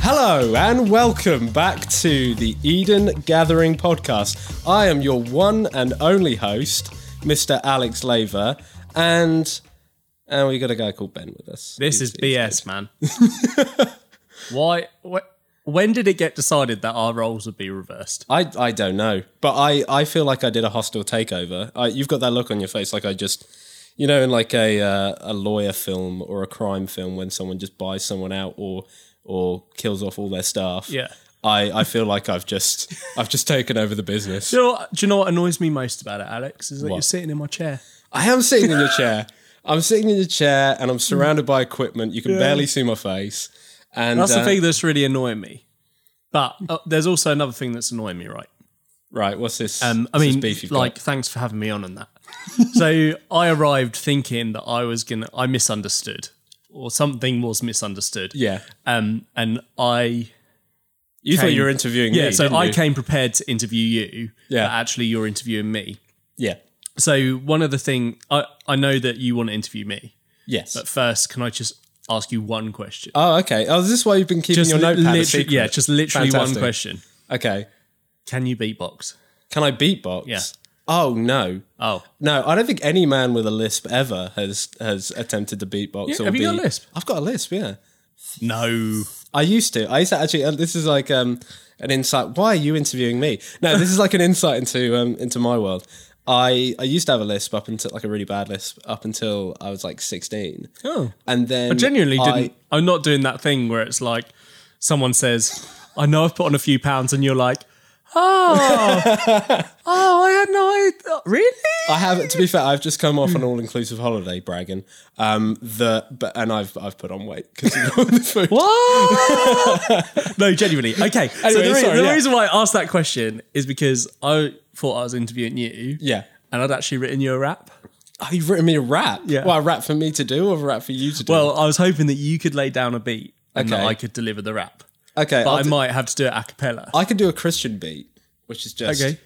Hello and welcome back to the Eden Gathering podcast. I am your one and only host, Mr. Alex Laver, and and we got a guy called Ben with us. This He's- is BS, man. Why? Wh- when did it get decided that our roles would be reversed? I, I don't know, but I, I feel like I did a hostile takeover. I, you've got that look on your face, like I just, you know, in like a uh, a lawyer film or a crime film when someone just buys someone out or or kills off all their staff. Yeah. I, I feel like I've just I've just taken over the business. Do you, know what, do you know what annoys me most about it, Alex? Is that you're sitting in my chair. I am sitting in your chair. I'm sitting in your chair and I'm surrounded by equipment. You can barely see my face. And That's uh, the thing that's really annoying me. But uh, there's also another thing that's annoying me, right? Right, what's this? Um, I what's this mean, beef you've like, got? thanks for having me on on that. so I arrived thinking that I was gonna, I misunderstood, or something was misunderstood. yeah. Um, and I You thought came- you were interviewing me. yeah, so didn't I you? came prepared to interview you. Yeah. but actually, you're interviewing me. Yeah. So one of the thing I I know that you want to interview me, Yes. but first, can I just ask you one question? Oh, okay. Oh, is this why you've been keeping just your li- notepad a literally, secret? yeah, just literally Fantastic. one question. Okay. Can you beatbox? Can I beatbox? Yeah. Oh no. Oh, No, I don't think any man with a lisp ever has has attempted to beatbox. Yeah, or have you got beat- a lisp? I've got a lisp. Yeah. no. I used to. I used to actually. Uh, this is like um, an insight. Why are you interviewing me? No, this is like an insight into um, into my world. I I used to have a lisp up until like a really bad lisp up until I was like sixteen. Oh. and then I genuinely I- didn't. I, am not doing that thing where it's like someone says, I know I've put on a few pounds, and you're like, oh, oh, I had no idea. Really? I have. To be fair, I've just come off an all-inclusive holiday, bragging. Um, the but and I've I've put on weight because of all the food. What? no, genuinely. Okay. so Anyway, the, rea- sorry, the yeah. reason why I asked that question is because I thought I was interviewing you. Yeah. And I'd actually written you a rap. Oh, you've written me a rap. Yeah. Well, a rap for me to do, or a rap for you to do. Well, I was hoping that you could lay down a beat and that Okay. I could deliver the rap. okay. But I'll I do- might have to do it a cappella. I can do a Christian beat, which is just Okay.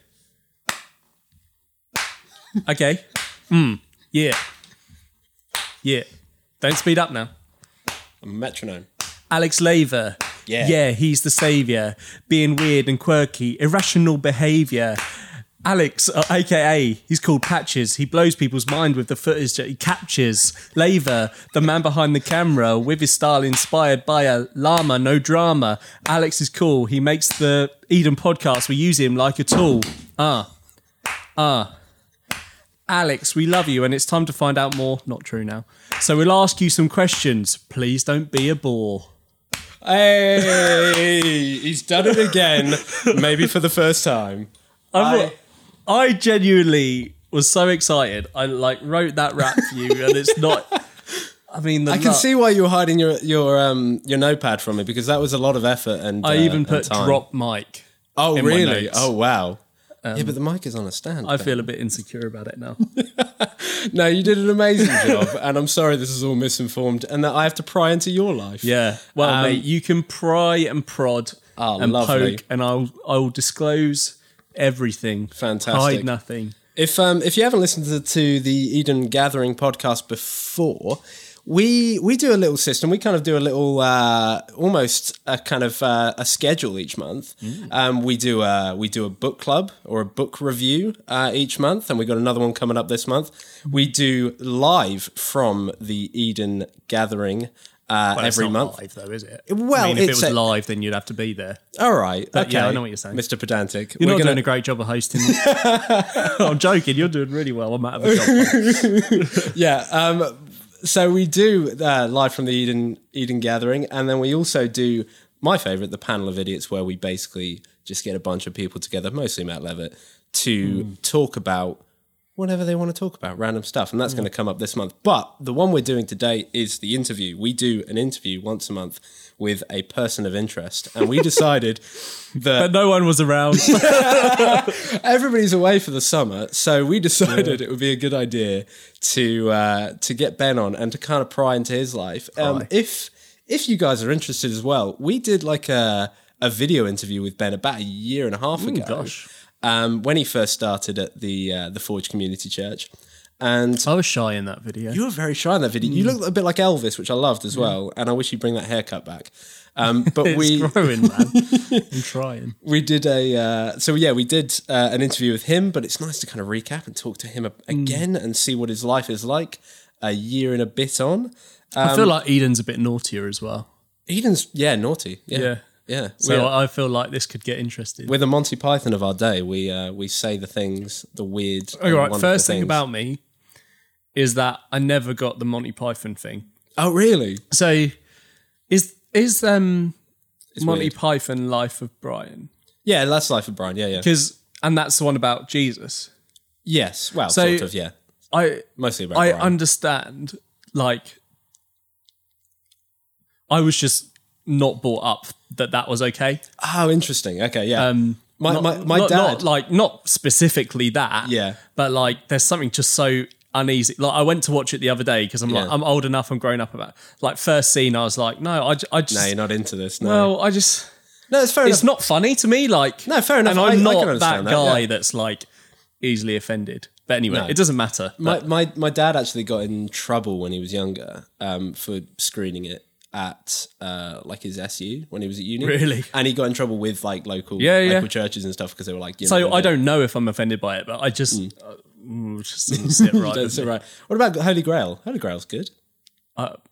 okay. Mm. Yeah. Yeah. Don't speed up now. a metronome. Alex Laver. Yeah. Yeah, he's the savior. Being weird and quirky, irrational behavior. Alex, uh, aka, he's called Patches. He blows people's mind with the footage that he captures. Laver, the man behind the camera, with his style inspired by a llama, no drama. Alex is cool. He makes the Eden podcast. We use him like a tool. Ah. Alex, we love you, and it's time to find out more. Not true now. So we'll ask you some questions. Please don't be a bore. Hey, he's done it again. Maybe for the first time. I, I genuinely was so excited. I like wrote that rap for you, and it's not. I mean, the I can see why you're hiding your your um your notepad from me because that was a lot of effort and I uh, even and put time. drop mic. Oh in my really? notes. Um, Oh wow. yeah, but the mic is on a stand. I feel a bit insecure about it now. No, you did an amazing job, and I'm sorry this is all misinformed, and that I have to pry into your life. Yeah. Well, Um, mate, you can pry and prod Oh, and lovely. poke, and I'll I'll disclose everything. Fantastic. Hide nothing. If um if you haven't listened to, to the Eden Gathering podcast before, we we do a little system. We kind of do a little uh, almost a kind of uh, a schedule each month. Mm. Um, we do a we do a book club or a book review uh, each month, and we got another one coming up this month. We do live from the Eden Gathering uh, Well, it's every not month. live though, is it? Well, I mean, if it's it was a- live, then you'd have to be there. All right, okay. yeah, I know what you're saying. Mr. Pedantic. You're We're not gonna- doing a great job of hosting. I'm joking. You're doing really well. I'm out of a job. yeah. Um, so we do uh, live from the Eden Eden Gathering, and then we also do my favorite, the panel of idiots, where we basically just get a bunch of people together, mostly Matt Levitt, to talk about whatever they want to talk about, random stuff, and that's going to come up this month. But the one we're doing today is the interview. We do an interview once a month with a person of interest, and we decided that But no one was around. everybody's away for the summer, so we decided it would be a good idea to uh, to get Ben on and to kind of pry into his life. Um, Pry. if if you guys are interested as well, we did like a a video interview with Ben about a year and a half ago. Mm, gosh. Um, when he first started at the uh, the Forge Community Church. And I was shy in that video. you were very shy in that video. Mm. You looked a bit like Elvis, which I loved as well. And I wish you'd bring that haircut back. Um, but it's we growing, man. I'm trying. we did a uh, so yeah we did uh, an interview with him but it's nice to kind of recap and talk to him Mm. a- again and see what his life is like a year and a bit on I feel like Eden's a bit naughtier as well. eden's yeah naughty yeah yeah, Yeah. So I feel like this could get interesting. we're, we're the monty python of our day we uh, we say the things the weird All and Oh, right. wonderful First thing things. about me is that I never got the Monty Python thing. oh really So is is um Monty weird. Python Life of Brian? yeah that's life of brian yeah yeah Because and that's the one about Jesus. yes well So- sort of yeah I mostly about I brian. understand like I was just not brought up that that was okay. oh interesting okay yeah um my, my, my not, dad not, like not specifically that. Yeah. But like there's something just so uneasy. Like I went to watch it the other day because I'm like Yeah. I'm old enough, I'm grown up about. Like first scene I was like no, I, j- I just no you're not into this no well, I just no it's fair it's enough not funny to me. Like No, fair enough. And I- I I'm can not that understand that, guy yeah. that's like easily offended. But anyway, No. it doesn't matter. my, my my dad actually got in trouble when he was younger um, for screening it at uh, like his SU when he was at uni. Really? and he got in trouble with like local Yeah, local yeah. churches and stuff because they were like, you so know, I don't know if I'm offended by it, but I just Hmm. uh, mm, it just doesn't sit right. That's with me. all right. What about Holy Grail? Holy Grail's good.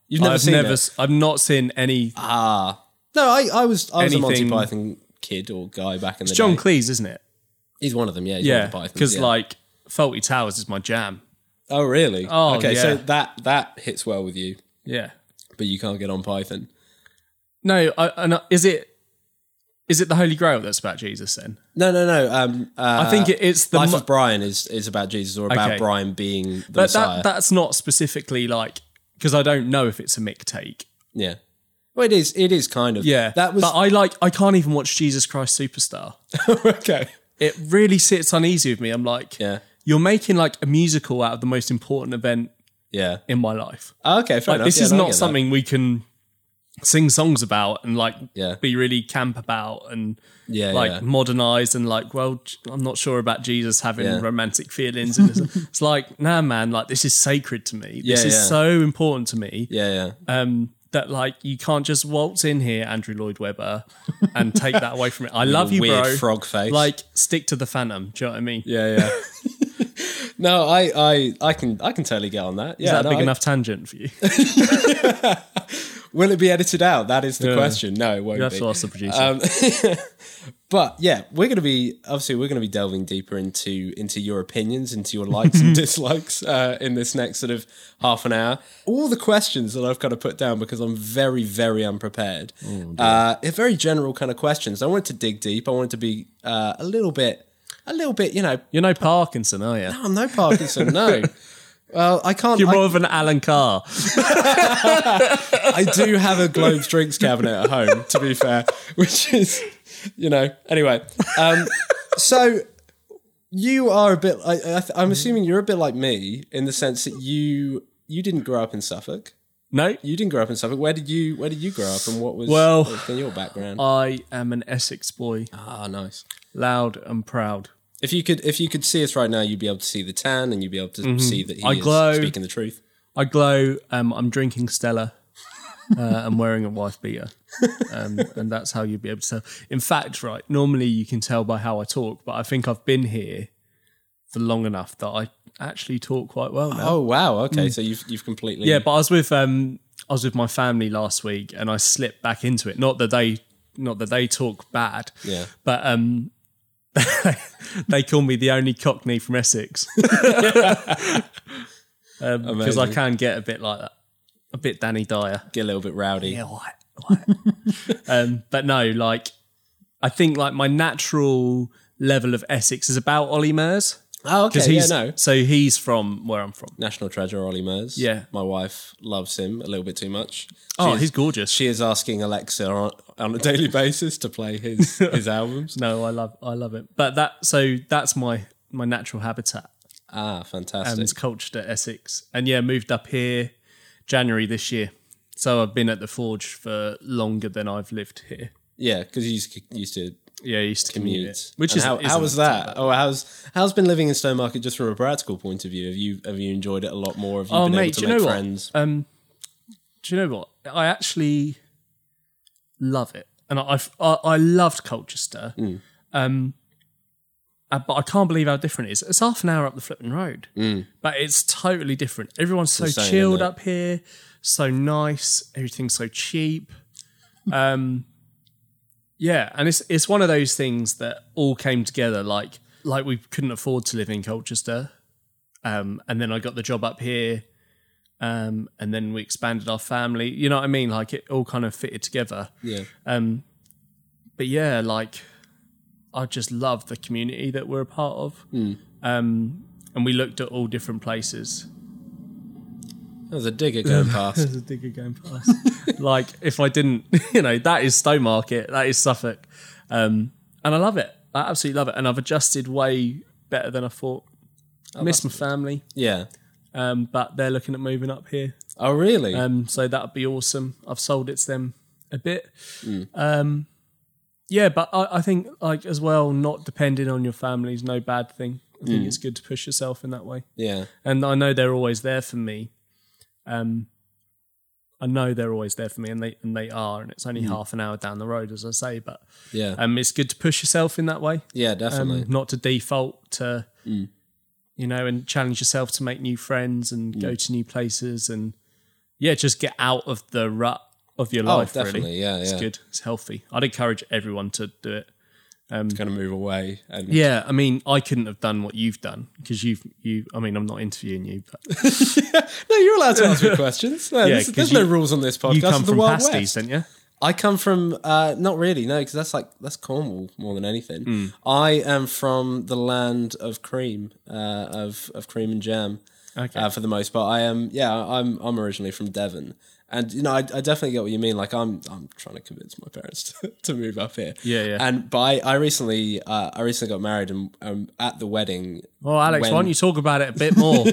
You've never I've seen never. it? Ah, s- I've not seen any. No, I, I was I was a Monty Anything- Python kid or guy back in the John day. Cleese, isn't it? He's one of them. Yeah, he's Yeah, one of the Pythons, because yeah. like Faulty Towers is my jam. oh really? Oh, okay, so yeah. that that hits well with you, Yeah. but you can't get on Python. No, I, and I- is it is it the Holy Grail that's about Jesus? Then No, no, no. Um, uh, I think it, it's the Life mo- of Brian is is about Jesus or about Okay. Brian being the but Messiah. that that's not specifically like because I don't know if it's a mick take. Yeah. Well, it is. It is kind of. Yeah, That was But I like. I can't even watch Jesus Christ Superstar. okay. It really sits uneasy with me. I'm like, Yeah. you're making like a musical out of the most important event Yeah. in my life. Ah, Okay. Fair Like, enough. this Yeah, is no, I not get that. something we can sing songs about and like Yeah. be really camp about and Yeah. like yeah. modernized and like well j- i'm not sure about jesus having Yeah. romantic feelings and it's, it's like nah man like this is sacred to me this Yeah, is yeah. so important to me Yeah. Yeah. um that like you can't just waltz in here andrew lloyd webber and take that away from it i love you Weird bro frog face. like stick to the phantom do you know what i mean Yeah. Yeah. no, I, I, I can, I can totally get on that. Yeah. is that a no, big I- enough tangent for you Will it be edited out? That is the Yeah. question. No, it won't that's be. what asked the producer Um, But yeah, we're going to be obviously we're going to be delving deeper into into your opinions, into your likes and dislikes uh, in this next sort of half an hour. All the questions that I've kind of put down because I'm very very unprepared. Oh, uh, they're very general kind of questions. I wanted to dig deep. I wanted to be uh, a little bit, a little bit. You know, you're no parkinson are you I'm no Parkinson. no. Well, I can't. you're I, more of an alan carr I do have a Globes drinks cabinet at home, to be fair, which is, you know, anyway. Um, so you are a bit. I, I, Mm-hmm. I'm assuming you're a bit like me in the sense that you you didn't grow up in Suffolk. no You didn't grow up in Suffolk. Where did you Where did you grow up, and what was Well- what was in your background? i am an essex boy Ah, nice. loud and proud If you could, if you could see us right now, you'd be able to see the tan, and you'd be able to see that he Mm-hmm. I is glow. speaking the truth. I glow. Um, I'm drinking Stella. Uh, I'm wearing a wife beater, um, and that's how you'd be able to tell. In fact, right, normally you can tell by how I talk, but I think I've been here for long enough that I actually talk quite well now. Oh wow. Okay, so you've you've completely Mm. Yeah, but I was with um, I was with my family last week, and I slipped back into it. Not that they, not that they talk bad, Yeah. but um, they call me the only Cockney from Essex because I Amazing. can get a bit like that, a bit Danny Dyer. get a little bit rowdy. Yeah, all right, all right. um, but no, like I think like my natural level of Essex is about Ollie Mers Oh, okay. because yeah, he's no. so he's from where I'm from. National Treasure, Ollie Murs. Yeah. My wife loves him a little bit too much. Oh, she is, he's gorgeous. she is asking Alexa on, on a daily basis to play his, his albums. No, I love I love it. But that so that's my my natural habitat. Ah, fantastic. It's cultured at Essex. And yeah, moved up here January this year. So I've been at the forge for longer than I've lived here. yeah, because you used, to- used to Yeah, I used to commute. commute. Which And is how, isn't how was that that? Oh, how's how's been living in Stone Market just from a practical point of view? Have you have you enjoyed it a lot more? Have you Oh, been mate, able do to you make know what? friends? Um, do you know what? I actually love it, and I I've- I, I loved Colchester, Mm. um, uh, but I can't believe how different it is. It's half an hour up the flipping road, Mm. but it's totally different. Everyone's so insane, chilled isn't it? up here, so nice. Everything's so cheap. Um, yeah, and it's it's one of those things that all came together. Like like we couldn't afford to live in Colchester, um, and then I got the job up here, um, and then we expanded our family. You know what I mean? Like it all kind of fitted together. Yeah. Um, but yeah, like I just love the community that we're a part of. Um, and we looked at all different places. That was a digger going past. There's a digger going past. like if I didn't, you know, that is Stone Market, that is Suffolk, um, and I love it. I absolutely love it, and I've adjusted way better than I thought. I miss my family, Yeah. um, but they're looking at moving up here, Oh, really? um, so that'd be awesome. I've sold it to them a bit. Um, yeah, but I, I think like as well, not depending on your family is no bad thing. I think it's good to push yourself in that way yeah. and I know they're always there for me. Um, I know they're always there for me, and they and they are, and it's only half an hour down the road, as I say. But Yeah. um, it's good to push yourself in that way, yeah, definitely. um, not to default to, Mm. you know, and challenge yourself to make new friends and go to new places, and yeah, just get out of the rut of your oh, life. definitely. Really, Yeah, it's yeah. good. It's healthy. I'd encourage everyone to do it. Kind of move away and Yeah, I mean, I couldn't have done what you've done because you've you. I mean, I'm not interviewing you, but No, you're allowed to ask me questions. No, Yeah, there's, 'cause there's no you- rules on this podcast. you come It's Oh, the from Wild pasties, West. don't you? I come from uh, not really no, because that's like that's Cornwall more than anything. Hmm. I am from the land of cream, uh, of of cream and jam. Okay. Uh, for the most part, I am. Yeah, I'm. I'm originally from Devon, and you know, I, I definitely get what you mean. Like, I'm. I'm trying to convince my parents to, to move up here. Yeah, yeah. And by I recently, uh, I recently got married, and um, at the wedding, Well, Alex, why when- don't you talk about it a bit more?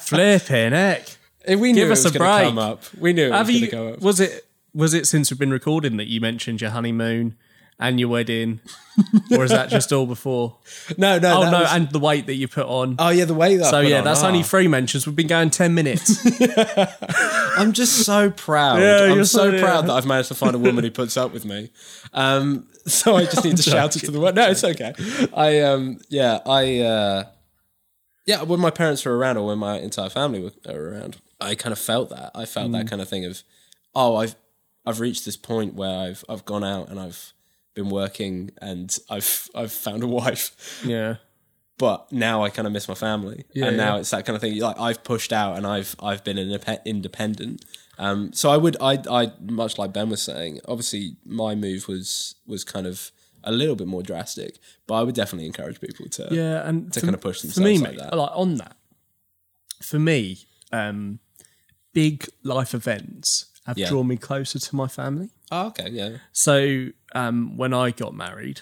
Flipping heck. Eh, we knew Give it us was a going to break. come up. We knew it Have was going you? to come up. Was it? Was it since we've been recording that you mentioned your honeymoon and your wedding, or is that just all before? No, no. Oh that no, was- and the weight that you put on. oh yeah, the way that. I so put yeah, on, that's ah. only three mentions. We've been going ten minutes. I'm just so proud. Yeah, I'm you're so so- proud yeah. that I've managed to find a woman who puts up with me. Um, so I just need to shout it to the world. No, it's okay. I um, yeah, I uh, yeah, when my parents were around or when my entire family were were around, I kind of felt that. I felt Mm. that kind of thing of, oh, I've I've reached this point where I've I've gone out and I've been working and I've I've found a wife yeah. but now I kind of miss my family, Yeah, and now yeah. it's that kind of thing. Like I've pushed out, and I've I've been indep- independent. Um, so I would I I much like Ben was saying. Obviously, my move was was kind of a little bit more drastic, but I would definitely encourage people to. yeah, and to for- kind of push for me, themselves like mate, that. Like on that, for me, um, big life events have Yeah. drawn me closer to my family. Oh, okay. Yeah. So um, when I got married,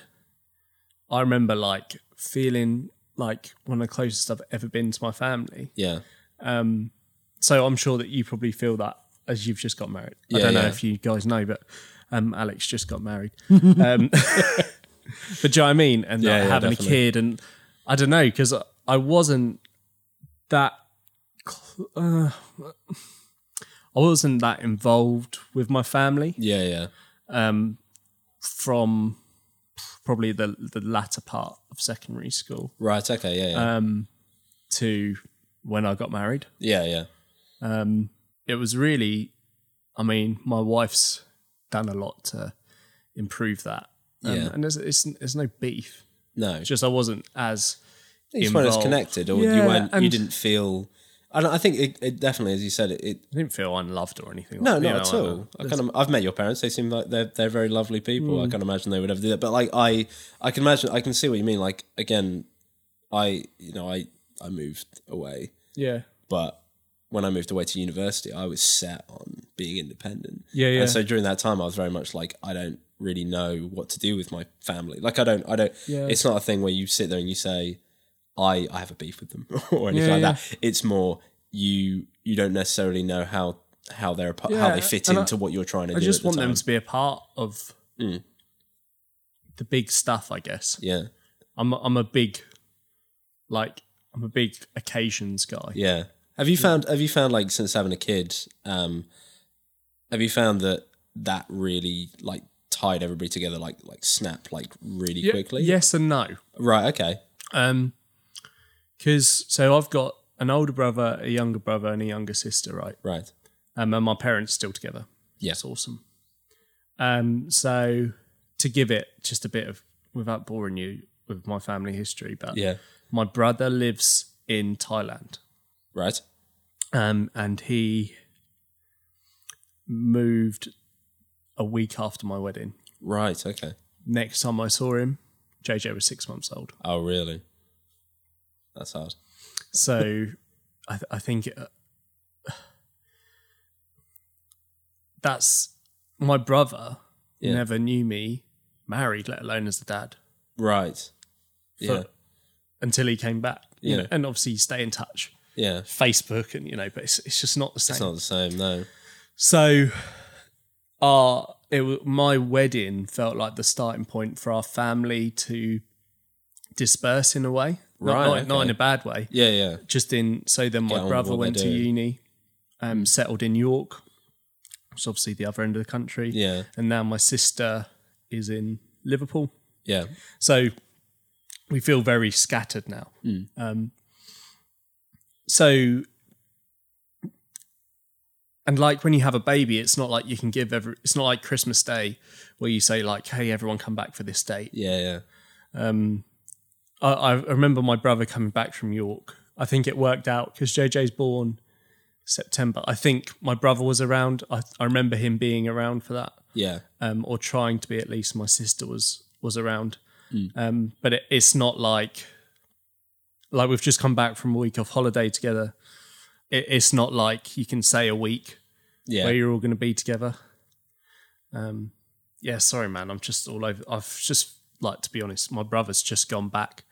I remember like feeling like one of the closest I've ever been to my family. Yeah. So I'm sure that you probably feel that as you've just got married. I Yeah, don't know yeah. if you guys know, but um, Alex just got married. um, but do you know what I mean? And Yeah, like, yeah, having definitely. a kid, and I don't know because I wasn't that. Cl- uh, I wasn't that involved with my family. Yeah. Yeah. um, from probably the the latter part of secondary school Right. Okay. Yeah. Yeah. Um, to when I got married. yeah. Yeah. It was really, I mean, my wife's done a lot to improve that. Um, Yeah. and there's, it's there's no beef. No. It's just I wasn't as Each one is involved. connected, or you Yeah, weren't. You and- didn't feel. I, don't- I think it, it definitely, as you said, it, it I didn't feel unloved or anything. No, like, you not at know, I- all. I kind of, I've met your parents. They seem like they're they're very lovely people. Hmm. I can't imagine they would ever do that. But like I, I can imagine. I can see what you mean. Like again, I you know I I moved away, Yeah, but when I moved away to university, I was set on being independent. Yeah, yeah. And so during that time, I was very much like I don't really know what to do with my family. Like I don't, I don't. Yeah. It's not a thing where you sit there and you say, I I have a beef with them or anything Yeah, like that. It's more you you don't necessarily know how how they're a- how Yeah, they fit and I- into what you're trying to I do. just at the want them time. to be a part of the big stuff, I guess. Yeah. I'm I'm a big like I'm a big occasions guy. Yeah. Have Hmm. you found have you found like since having a kid, um have you found that that really like tied everybody together like like snap like really Ye- quickly? Yes and no. Right, okay. Um, because so I've got an older brother, a younger brother, and a younger sister, right? Right. Um, and my parents still together. Yeah. That's awesome. Um, so to give it just a bit of without boring you with my family history, but Yeah. my brother lives in Thailand. Right. Um, and he moved a week after my wedding. Right, okay. Next time I saw him, JJ was six months old. Oh really? That's hard. So I, th- I think uh, that's my brother Yeah. never knew me married, let alone as the dad, Right. for- Yeah. until he came back. You Yeah. know, and obviously you stay in touch, Yeah. Facebook, and you know, but it's, it's just not the same. It's not the same, no. So, our it wa- my wedding felt like the starting point for our family to disperse in a way, not, Right, not, not okay. in a bad way. Yeah, yeah. Just in so then Get my on with brother what went they're to doing. uni, um, settled in York, which is obviously the other end of the country, Yeah. and now my sister is in Liverpool. Yeah. So we feel very scattered now. Hmm. Um, so, and like when you have a baby, it's not like you can give every, it's not like Christmas Day where you say, like, hey, everyone come back for this date. Yeah, yeah. Um, I, I remember my brother coming back from York. I think it worked out because JJ's born September. I think my brother was around. I, I remember him being around for that Yeah. um, or trying to be at least. My sister was was around, um, but it, it's not like like we've just come back from a week of holiday together. It, it's not like you can say a week Yeah. where you're all going to be together. Um, yeah, sorry, man. I'm just all over. I've just like to be honest. My brother's just gone back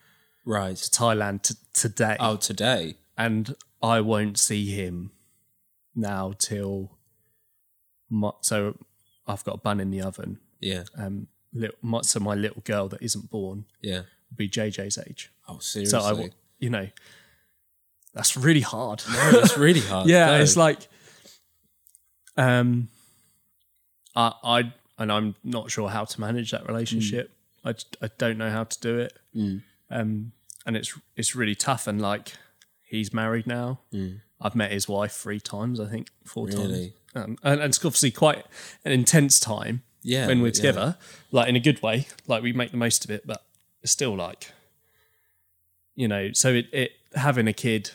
right. to Thailand t- today, Oh, today. and I won't see him now till. My, so I've got a bun in the oven Yeah. um, little, my, so my little girl that isn't born Yeah. will be JJ's age. Oh, seriously. So I, wa- you know, that's really hard. Oh, it's really hard. yeah, No. it's like, um, I, I, and I'm not sure how to manage that relationship. I j- I, don't know how to do it. Um, and it's it's really tough. And like, he's married now. I've met his wife three times, I think, four times. Really? Um, and, and it's obviously quite an intense time yeah, when we're yeah. together, like in a good way, like we make the most of it, but it's still like, you know, so it, it having a kid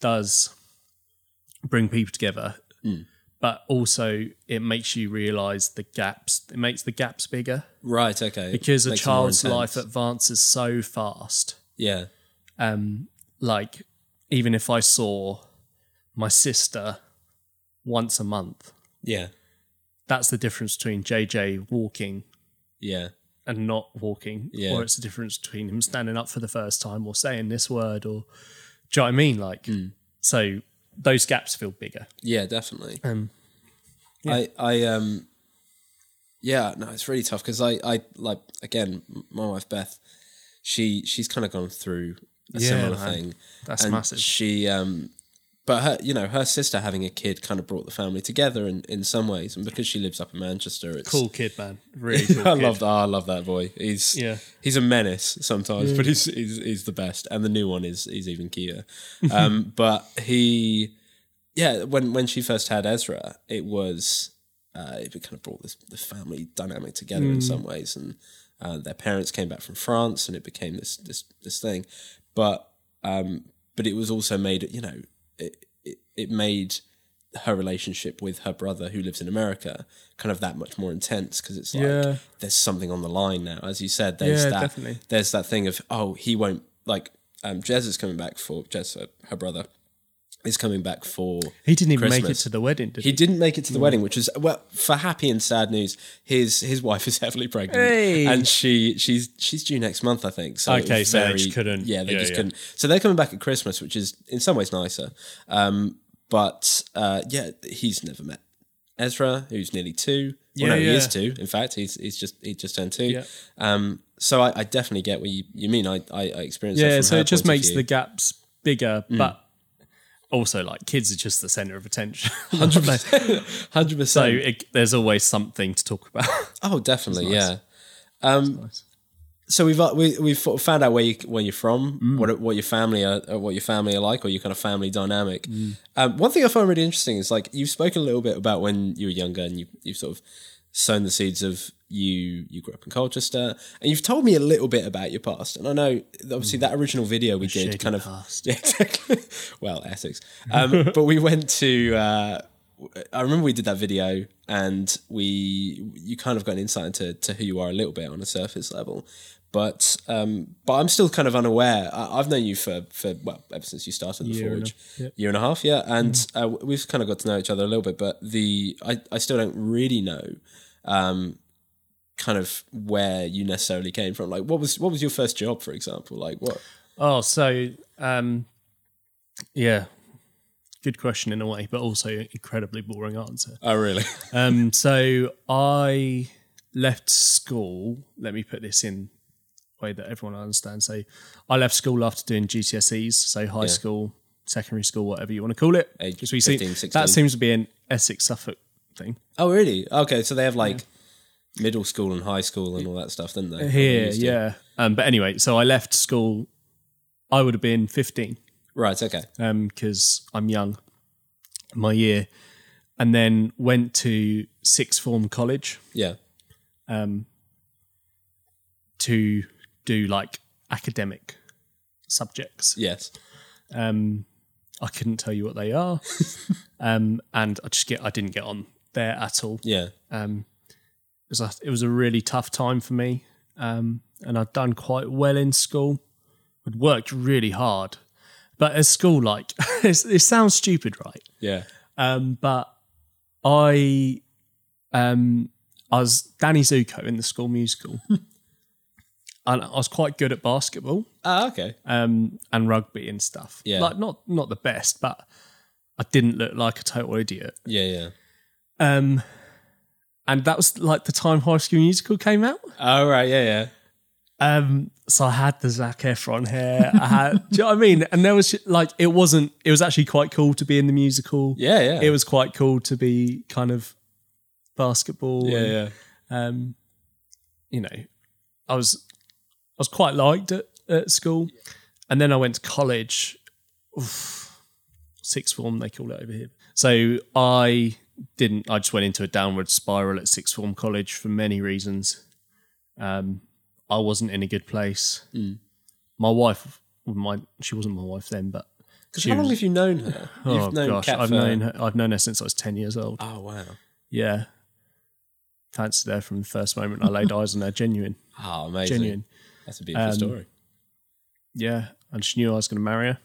does bring people together, Hmm. but also it makes you realize the gaps. It makes the gaps bigger Right. Okay. because a Makes it more child's intense. life advances so fast. Yeah. Um, like even if I saw my sister once a month, Yeah. that's the difference between JJ walking Yeah. and not walking, Yeah. or it's the difference between him standing up for the first time or saying this word, or do you know what I mean? Like, so those gaps feel bigger. Yeah. Definitely. Um, I. I. Um. Yeah. No, it's really tough because I. I like again. m- My wife Beth. She. She's kind of gone through a Yeah, similar man. thing. That's and massive. She. Um. But her, you know, her sister having a kid kind of brought the family together in, in some ways, and because she lives up in Manchester, it's Cool kid, man. Really cool. I kid. love that. I love that boy. He's Yeah. he's a menace sometimes, but he's, he's he's the best. And the new one is is even cuter. Um, but he, yeah, when when she first had Ezra, it was uh, it kind of brought this the family dynamic together in some Mm. ways, and uh, their parents came back from France, and it became this this this thing. But um, but it was also made, you know, it it, it made her relationship with her brother who lives in America kind of that much more intense because it's like Yeah. there's something on the line now. As you said, there's Yeah, that definitely. there's that thing of oh he won't like um, Jez is coming back for Jez her, her brother is coming back for He didn't even make it Christmas. to the wedding, did he he? didn't make it to Hmm. the wedding, which is well for happy and sad news. His his wife is heavily pregnant, Hey. and she she's she's due next month, I think. So it Okay, was so they just couldn't- Yeah, they yeah, just yeah. couldn't. So they're coming back at Christmas, which is in some ways nicer. Um, but uh, yeah, he's never met Ezra, who's nearly two. Yeah, well, no, yeah. he is two. In fact, he's he's just he just turned two. Yeah. Um, so I, I definitely get what you, you mean. I, I, I experienced that Yeah, from so her it just point of makes view. the gaps bigger, but Hmm. also like kids are just the center of attention. hundred so percent. it, there's always something to talk about. Oh, definitely, nice. yeah. Um, So we've uh, we we've fo- found out where you where you're from, Mm. what what your family are, uh, what your family are like, or your kind of family dynamic. Mm. Um, one thing I find really interesting is like you've spoken a little bit about when you were younger and you you've sort of sown the seeds of you you grew up in Colchester and you've told me a little bit about your past and I know obviously that original video we did shady kind of Mm. past. yeah exactly well Essex um, but we went to uh, I remember we did that video and we you kind of got an insight into to who you are a little bit on a surface level. But um, but I'm still kind of unaware. I, I've known you for for well ever since you started the Year and a- Mm-hmm. forge, year and a half, yeah. And uh, we've kind of got to know each other a little bit. But the I, I still don't really know, um, kind of where you necessarily came from. Like what was what was your first job, for example? Like what? Oh, so um, yeah, good question in a way, but also incredibly boring answer. Oh really? Um, so I left school. Let me put this in a way that everyone understands. So I left school after doing GCSEs, so high school, secondary school, whatever you want to call it. Age 'Cause we see- 15, 16. that seems to be an Essex Suffolk thing. oh really? Okay, so they have like. Middle school and high school and all that stuff, didn't they? Here, Used to. yeah. Um, but anyway, so I left school. I would have been fifteen. Right. Okay. because I'm young, my year, and then went to sixth form college Yeah. to do like academic subjects. Yes. Um, I couldn't tell you what they are, um, and I just get I didn't get on there at all. Yeah. It was a, it was a really tough time for me, um, and I'd done quite well in school. I'd worked really hard, but at school, like it's, it sounds stupid, right? Yeah. Um, but I, um, I was Danny Zuko in the school musical, and I was quite good at basketball Ah. Okay. um, and rugby and stuff. Yeah. like not not the best, but I didn't look like a total idiot. Yeah. Yeah. Um, and that was like the time High School Musical came out. All Oh, right. Yeah. Yeah. Um, so I had the Zac Efron hair. I had, do you know what I mean? And there was like, it wasn't. It was actually quite cool to be in the musical. Yeah. Yeah. it was quite cool to be kind of basketball. Yeah. and, Yeah. Um, you know, I was I was quite liked at, at school, and then I went to college, oof, sixth form they call it over here. So I didn't. I just went into a downward spiral at sixth form college for many reasons. Um, I wasn't in a good place. Mm. My wife, my she wasn't my wife then, but 'Cause she how long was- have you known her? You've oh known gosh, Kat I've for- known her, I've known her since I was ten years old. Oh wow. Yeah. Fancied her from the first moment I laid eyes on her. Genuine. Oh, amazing. Genuine. Um, That's a beautiful story. Yeah. And she knew I was going to marry her.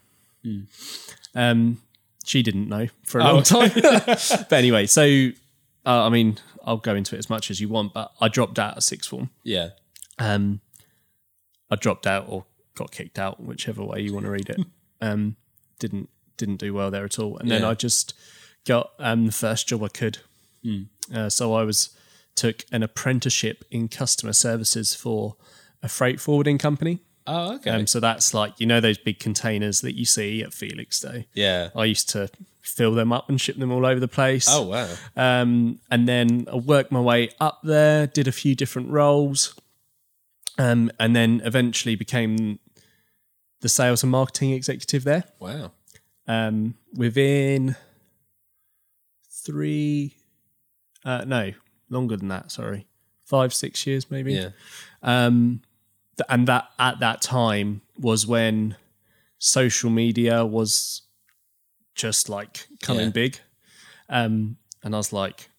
Um, she didn't know for a Hmm. Oh, long time. but anyway, so uh, I mean, I'll go into it as much as you want, but I dropped out of sixth form. Yeah. Um, I dropped out or got kicked out, whichever way you want to read it. um, didn't didn't do well there at all, and then Yeah. I just got um, the first job I could. Hmm. Uh, so I was took an apprenticeship in customer services for a freight forwarding company. Oh, okay. Um, so that's like you know those big containers that you see at Felix Day. yeah. I used to fill them up and ship them all over the place. Oh wow. Um, and then I worked my way up there, did a few different roles, um, and then eventually became the sales and marketing executive there. Wow. Um, within three, uh, no, longer than that, sorry, five, six years maybe. Yeah. Um, th- and that at that time was when social media was just like coming Yeah. big. Um, and I was like,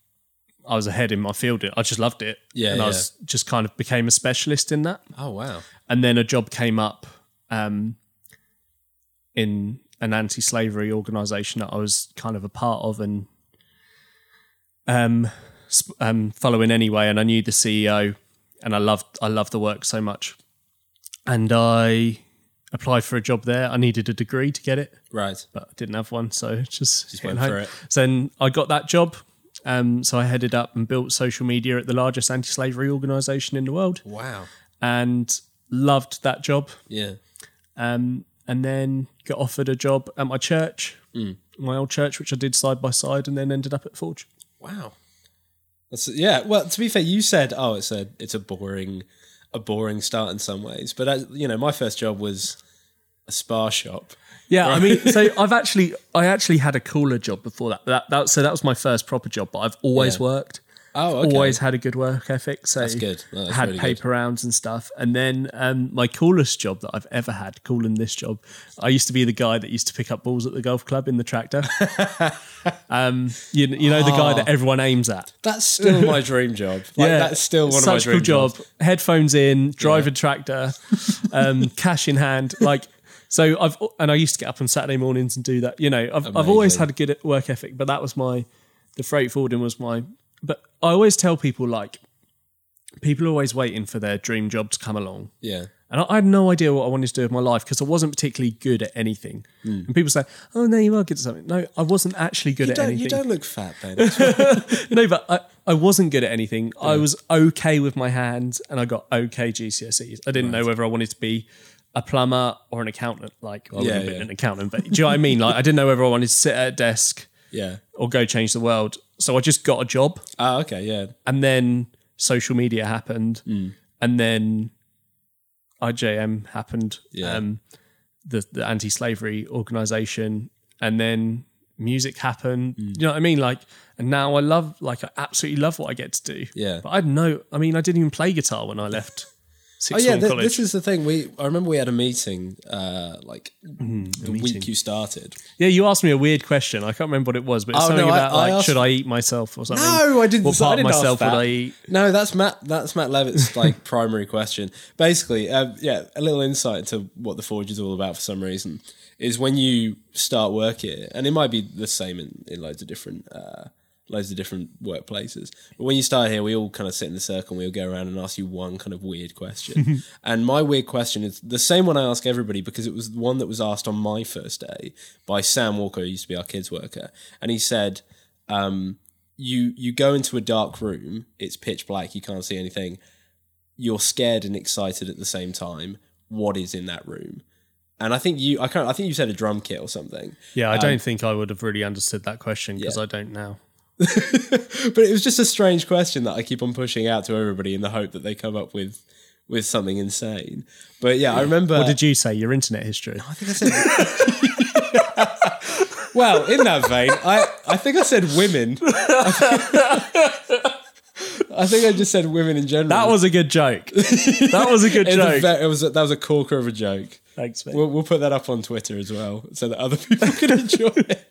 I was ahead in my field. I just loved it. Yeah, And I was just kind of became a specialist in that. Oh wow. And then a job came up um, in an anti slavery organization that I was kind of a part of and um, sp- um, following anyway. And I knew the CEO and I loved, I loved the work so much. And I applied for a job there. I needed a degree to get it Right. but I didn't have one, so just, just went for it. So then I got that job. Um, so I headed up and built social media at the largest anti-slavery organisation in the world. Wow. and loved that job. Yeah. Um, and then got offered a job at my church, Mm. my old church, which I did side by side, and then ended up at Forge. Wow. That's yeah. Well, to be fair, you said, "Oh, it's a it's a boring, a boring start in some ways." But as, you know, my first job was a spa shop. Yeah, I mean, so I've actually, I actually had a cooler job before that. That, that so that was my first proper job, but I've always Yeah. worked. Oh, okay. Always had a good work ethic. So That's good. No, that's had really good. paper rounds and stuff. And then um, my coolest job that I've ever had, cooler than this job, I used to be the guy that used to pick up balls at the golf club in the tractor. um, you, you know, the guy that Ah. everyone aims at. That's still my dream job. Like, that's still one such of my cool dream job. jobs. Headphones in, drive a tractor, um, cash in hand. Like so, I've and I used to get up on Saturday mornings and do that. You know, I've I've always Amazing. had a good work ethic, but that was my the freight forwarding was my. But I always tell people like people are always waiting for their dream job to come along. Yeah. And I, I had no idea what I wanted to do with my life because I wasn't particularly good at anything. And people say, "Oh, no, you are good at something." No, I wasn't actually good Hmm. You at don't, anything you don't look fat, Ben. no, but I, I wasn't good at anything. I was okay with my hands and I got okay GCSEs. I didn't know whether I wanted to be a plumber or an accountant. Like, I would Yeah, have been yeah. an accountant, but do you know what I mean? Like, I didn't know whether I wanted to sit at a desk yeah. or go change the world. So I just got a job Oh, okay. Yeah. and then social media happened Mm. and then IJM happened. Yeah. Um, the, the anti-slavery organization and then music happened Mm. you know what i mean like and now i love like i absolutely love what i get to do Yeah. but i had no i mean i didn't even play guitar when i left Oh, sixth yeah. form Th- college this is the thing. We I remember we had a meeting, uh, like the week you started. yeah you asked me a weird question i can't remember what it was but it's Oh, something no, I- about I like asked- should i eat myself or something No, I didn't. what I part didn't of ask myself would that. i eat No, that's Matt. That's Matt Levitt's like primary question. Basically, um, yeah, a little insight into what the forge is all about. For some reason, is when you start work here, and it might be the same in, in loads of different uh, loads of different workplaces. But when you start here, we all kind of sit in the circle and we all go around and ask you one kind of weird question. and my weird question is the same one I ask everybody because it was the one that was asked on my first day by Sam Walker, who used to be our kids worker, and he said you you go into a dark room it's pitch black you can't see anything you're scared and excited at the same time what is in that room and i think you i can't i think you said a drum kit or something yeah i don't think i would have really understood that question because Um, Yeah. i don't now but it was just a strange question that i keep on pushing out to everybody in the hope that they come up with with something insane but yeah, i remember what did you say your internet history i think i said well in that vein i i think i said women I think I just said women in general. that was a good joke that was a good It was a joke ve- it was a- that was a corker of a joke. thanks mate. We'll, we'll put that up on Twitter as well, so that other people can enjoy it.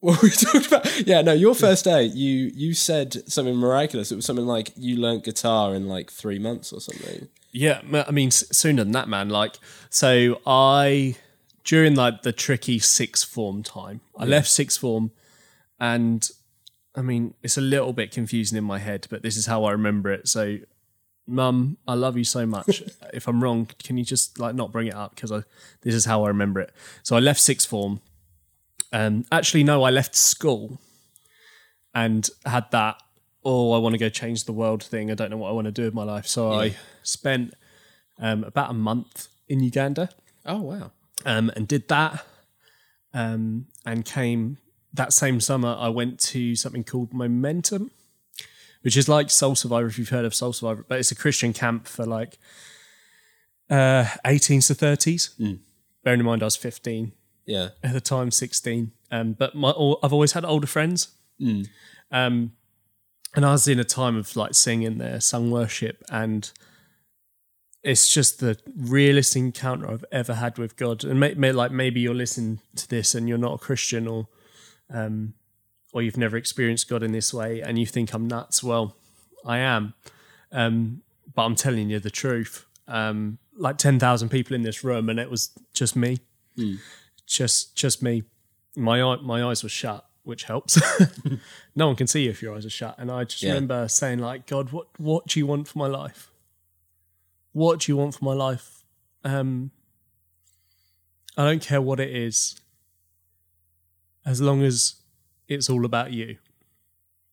What we talked about? Yeah, no. Your first day, you you said something miraculous. It was something like you learnt guitar in like three months or something. Yeah, ma- I mean, s- sooner than that, man. Like, so I during like the tricky sixth form time, I left sixth form, and I mean, it's a little bit confusing in my head, but this is how I remember it. So, Mum, I love you so much. if I'm wrong, can you just like not bring it up because I this is how I remember it. So I left sixth form. Um, actually, no, I left school and had that oh i want to go change the world thing i don't know what i want to do with my life so i spent um, about a month in uganda Oh wow! um, and did that um, and came that same summer i went to something called momentum which is like soul survivor if you've heard of soul survivor but it's a christian camp for like uh, 18s to 30s bearing in mind i was 15 Yeah, at the time 16 um, but my all, i've always had older friends um, and i was in a time of like singing there sung worship and it's just the realest encounter i've ever had with god and may, may, like maybe you're listening to this and you're not a christian or um, or you've never experienced god in this way and you think i'm nuts well i am um, but i'm telling you the truth um, like 10,000 people in this room and it was just me just just me. My eye, my eyes were shut, which helps. no one can see you if your eyes are shut. And I just Yeah. remember saying, like, God, what what do you want for my life? What do you want for my life? Um, I don't care what it is, as long as it's all about you,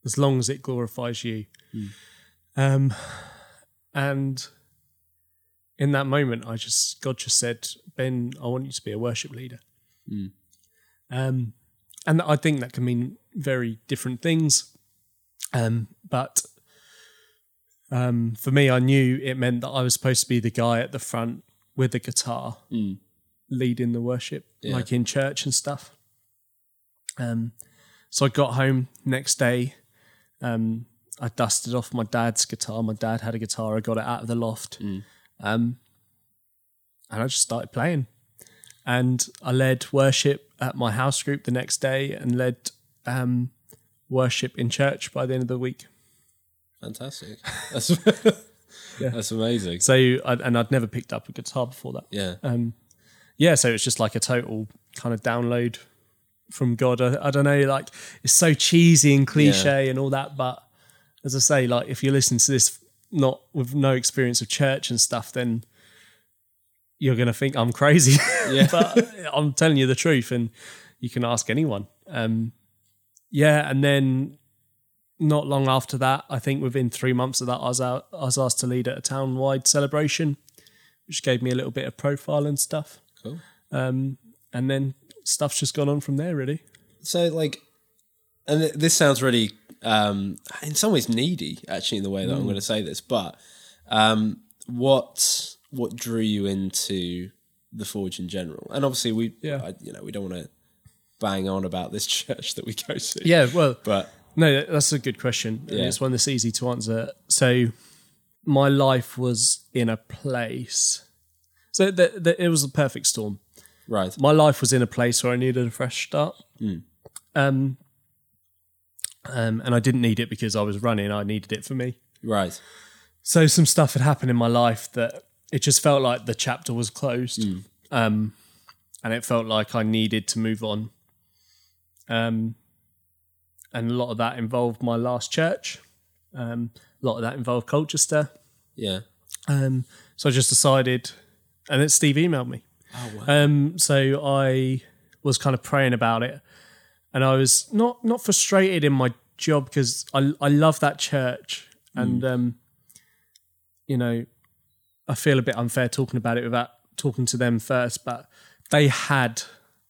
as long as it glorifies you. Um, and in that moment, I just God just said, Ben, I want you to be a worship leader. Um, and I think that can mean very different things. Um, but um, for me, I knew it meant that I was supposed to be the guy at the front with the guitar, leading the worship, Yeah. like in church and stuff. Um, so I got home next day. Um, I dusted off my dad's guitar. My dad had a guitar. I got it out of the loft, um, and I just started playing. And I led worship at my house group the next day, and led um, worship in church by the end of the week. Fantastic. That's, that's amazing. So, i and I'd never picked up a guitar before that. Yeah. yeah, so it's just like a total kind of download from God. I, I don't know, like it's so cheesy and cliche and all that, but as I say, like if you listen to this not with no experience of church and stuff, then you're gonna think I'm crazy. Yeah. but I'm telling you the truth, and you can ask anyone. Um, yeah, and then not long after that, I think within three months of that, I was out, I was asked to lead at a town-wide celebration, which gave me a little bit of profile and stuff cool. and then stuff's just gone on from there really So like, and th- this sounds really, um, in some ways needy actually in the way that Mm. I'm going to say this, but, um, what, what drew you into the forge in general? And obviously we, Yeah. I, you know, we don't want to bang on about this church that we go to, yeah well but no that- that's a good question and Yeah. it's one that's easy to answer so my life was in a place so the, the, it was a perfect storm right. my life was in a place where i needed a fresh start um, um, and i didn't need it because i was running i needed it for me Right. so some stuff had happened in my life that it just felt like the chapter was closed um and it felt like i needed to move on um and a lot of that involved my last church um a lot of that involved colchester Yeah. um so i just decided and then steve emailed me Oh, wow. um, so I was kind of praying about it, and I was not not frustrated in my job because I I love that church, and Mm. um, you know, I feel a bit unfair talking about it without talking to them first, but they had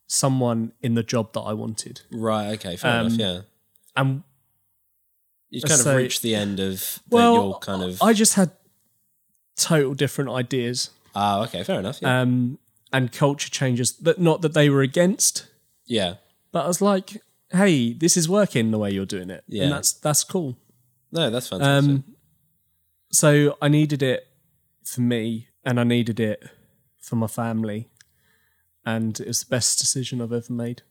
someone in the job that I wanted, Right. Okay. Fair enough. Yeah. and You kind um, so- of reached the end of the, well, your kind of. I just had total different ideas, Oh, okay. Fair enough. Yeah. um, and culture changes that not that they were against. yeah. But I was like, hey, this is working the way you're doing it. Yeah. And that's that's cool. No, that's fantastic. Um so I needed it for me and I needed it for my family. And it was the best decision I've ever made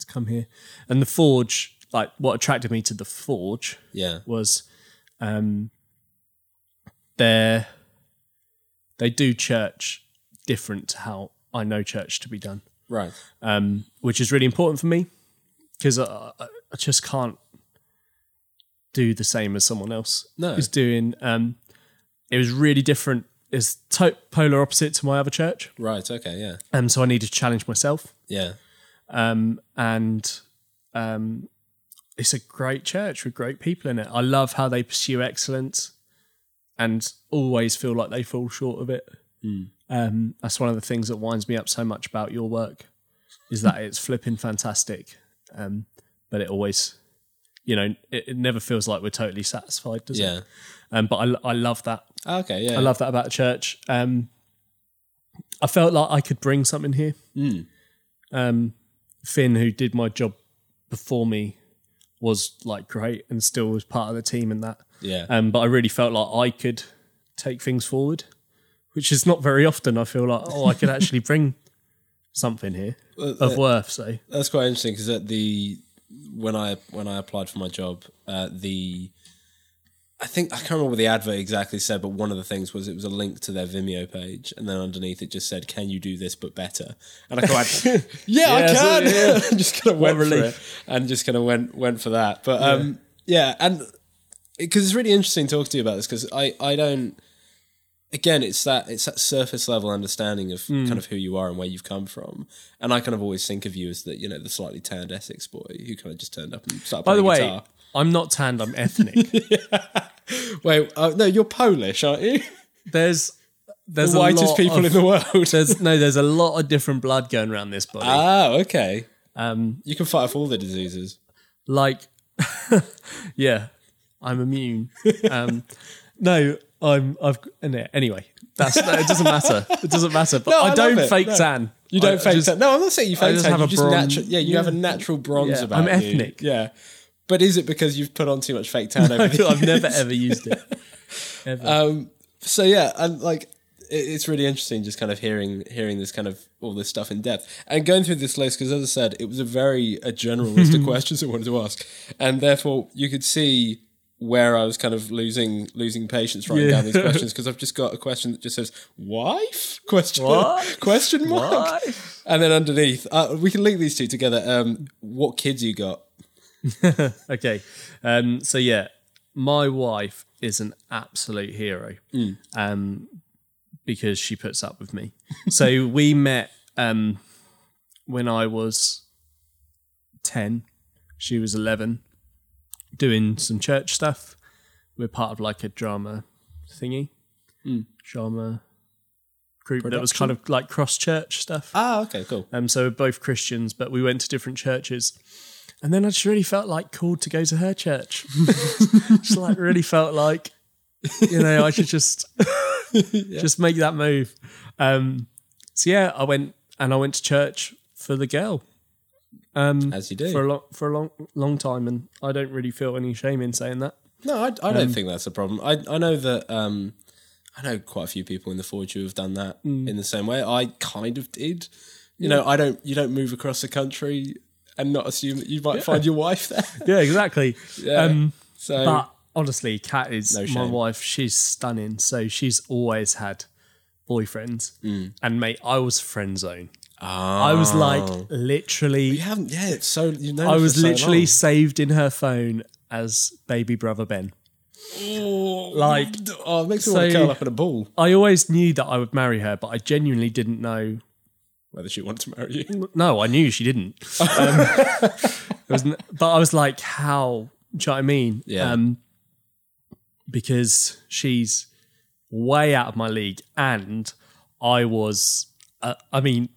to come here. And the forge, like what attracted me to the forge yeah. was um their they do church different to how I know church to be done Right. um, which is really important for me because I, I I just can't do the same as someone else No. is doing. Um, it was really different. It's to- polar opposite to my other church, Right. Okay. Yeah. um, so I needed to challenge myself. Yeah. Um, and um, it's a great church with great people in it. I love how they pursue excellence and always feel like they fall short of it. Um, that's one of the things that winds me up so much about your work is that it's flipping fantastic, um, but it always, you know, it, it never feels like we're totally satisfied, does it? Yeah. Um, but I, I love that. Okay. Yeah. I love that about the church. Um, I felt like I could bring something here. Um, Finn, who did my job before me, was like great and still was part of the team and that. yeah. Um, but I really felt like I could take things forward, which is not very often. I feel like oh, I could actually bring something here of worth. So That's quite interesting because at the when I when I applied for my job, uh, the I think I can't remember what the advert exactly said, but one of the things was it was a link to their Vimeo page, and then underneath it just said, "Can you do this but better?" And I kind of, yeah, Yeah, I so- can. yeah. just kind of went What for it relief. and just kind of went went for that. But um, yeah, and because it's really interesting talking to you about this because I I don't again it's that it's that surface level understanding of kind of who you are and where you've come from and i kind of always think of you as the you know the slightly tanned essex boy who kind of just turned up and started by the playing way, guitar. I'm not tanned. I'm ethnic. wait uh, no you're polish aren't you There's there's the a whitest lot people of- in the world. There's no, there's a lot of different blood going around this body. oh, okay. um, You can fight off all the diseases. like, yeah, I'm immune. Um, no, I'm. I've no, anyway. That's no, it doesn't matter. It doesn't matter. But No, I I, love don't it. fake No. tan. You don't I- I fake just- tan. No, I'm not saying you fake just tan. have you a just bronze- natu- yeah, you have a natural bronze Yeah, about I'm you. ethnic. Yeah. But is it because you've put on too much fake tan over the I've never years? ever used it. Ever. um, so yeah, and like it, it's really interesting just kind of hearing hearing this kind of all this stuff in depth and going through this list because as I said, it was a very a general list of questions I wanted to ask, and therefore you could see where I was kind of losing losing patience writing Yeah. down these questions because I've just got a question that just says wife question Wife? question mark Wife? and then underneath uh, we can link these two together. Um, what kids you got? okay. Um, so yeah, my wife is an absolute hero um, because she puts up with me. so we met um, when I was ten. She was eleven, doing some church stuff. We're part of like a drama thingy, drama group that was kind of like cross church stuff. Ah, okay, cool. Um, so we're both Christians, but we went to different churches. And then I just really felt like called to go to her church. just like really felt like, you know, I should just just make that move. Um, so yeah, I went and I went to church for the girl As you do. Mm. for a long for a long long time, and I don't really feel any shame in saying that. No, I, I don't Um, think that's a problem. I I know that um, I know quite a few people in the Forge who have done that Mm. in the same way. I kind of did. You know, I don't. You don't move across the country and not assume that you might find your wife there. Yeah, exactly. Yeah. so But honestly, Kat is my shame. wife. She's stunning. So she's always had boyfriends. Mm. And mate, I was friend zone. I was like literally, Ah. you haven't. Yeah, it's so you know. I for was so literally long. saved in her phone as baby brother Ben. Like, Oh, it makes me want to so- curl up in a ball. I always knew that I would marry her, but I genuinely didn't know. Whether she wants to marry you. No, I knew she didn't. Um, it was n- but I was like, how? Do you know what I mean? Yeah. Um, because she's way out of my league, and I was, uh, I mean,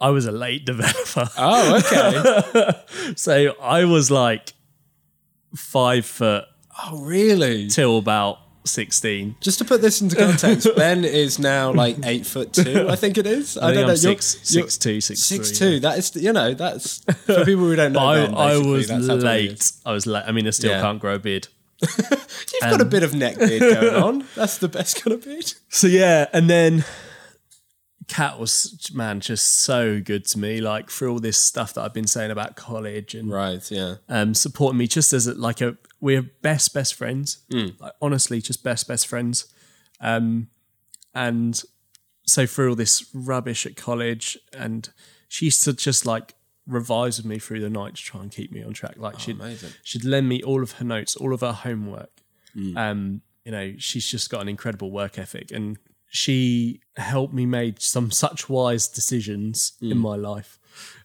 I was a late developer. Oh, okay. So I was like five foot oh, really? till about 16. Just to put this into context, Ben is now like eight foot two. I think it is. I, don't I, think know. You're- I'm six, you're- six two, six three. Six two. That is, you know, that's for people who don't know. I, Ben, I basically, was that's how tall he is. late. I was late. I mean, I still Yeah. can't grow a beard. You've got a bit of neck beard going on. That's the best kind of beard. So yeah, and then Cat was man just so good to me. Like for all this stuff that I've been saying about college and Right. Yeah. um, supporting me just as a, like a we're best best friends. Hmm. Like honestly, just best best friends. Um, and so through all this rubbish at college, and she used to just like revise with me through the night to try and keep me on track. Like she'd Oh, amazing. she'd lend me all of her notes, all of her homework. Um, you know, she's just got an incredible work ethic, and she helped me make some such wise decisions Hmm. in my life.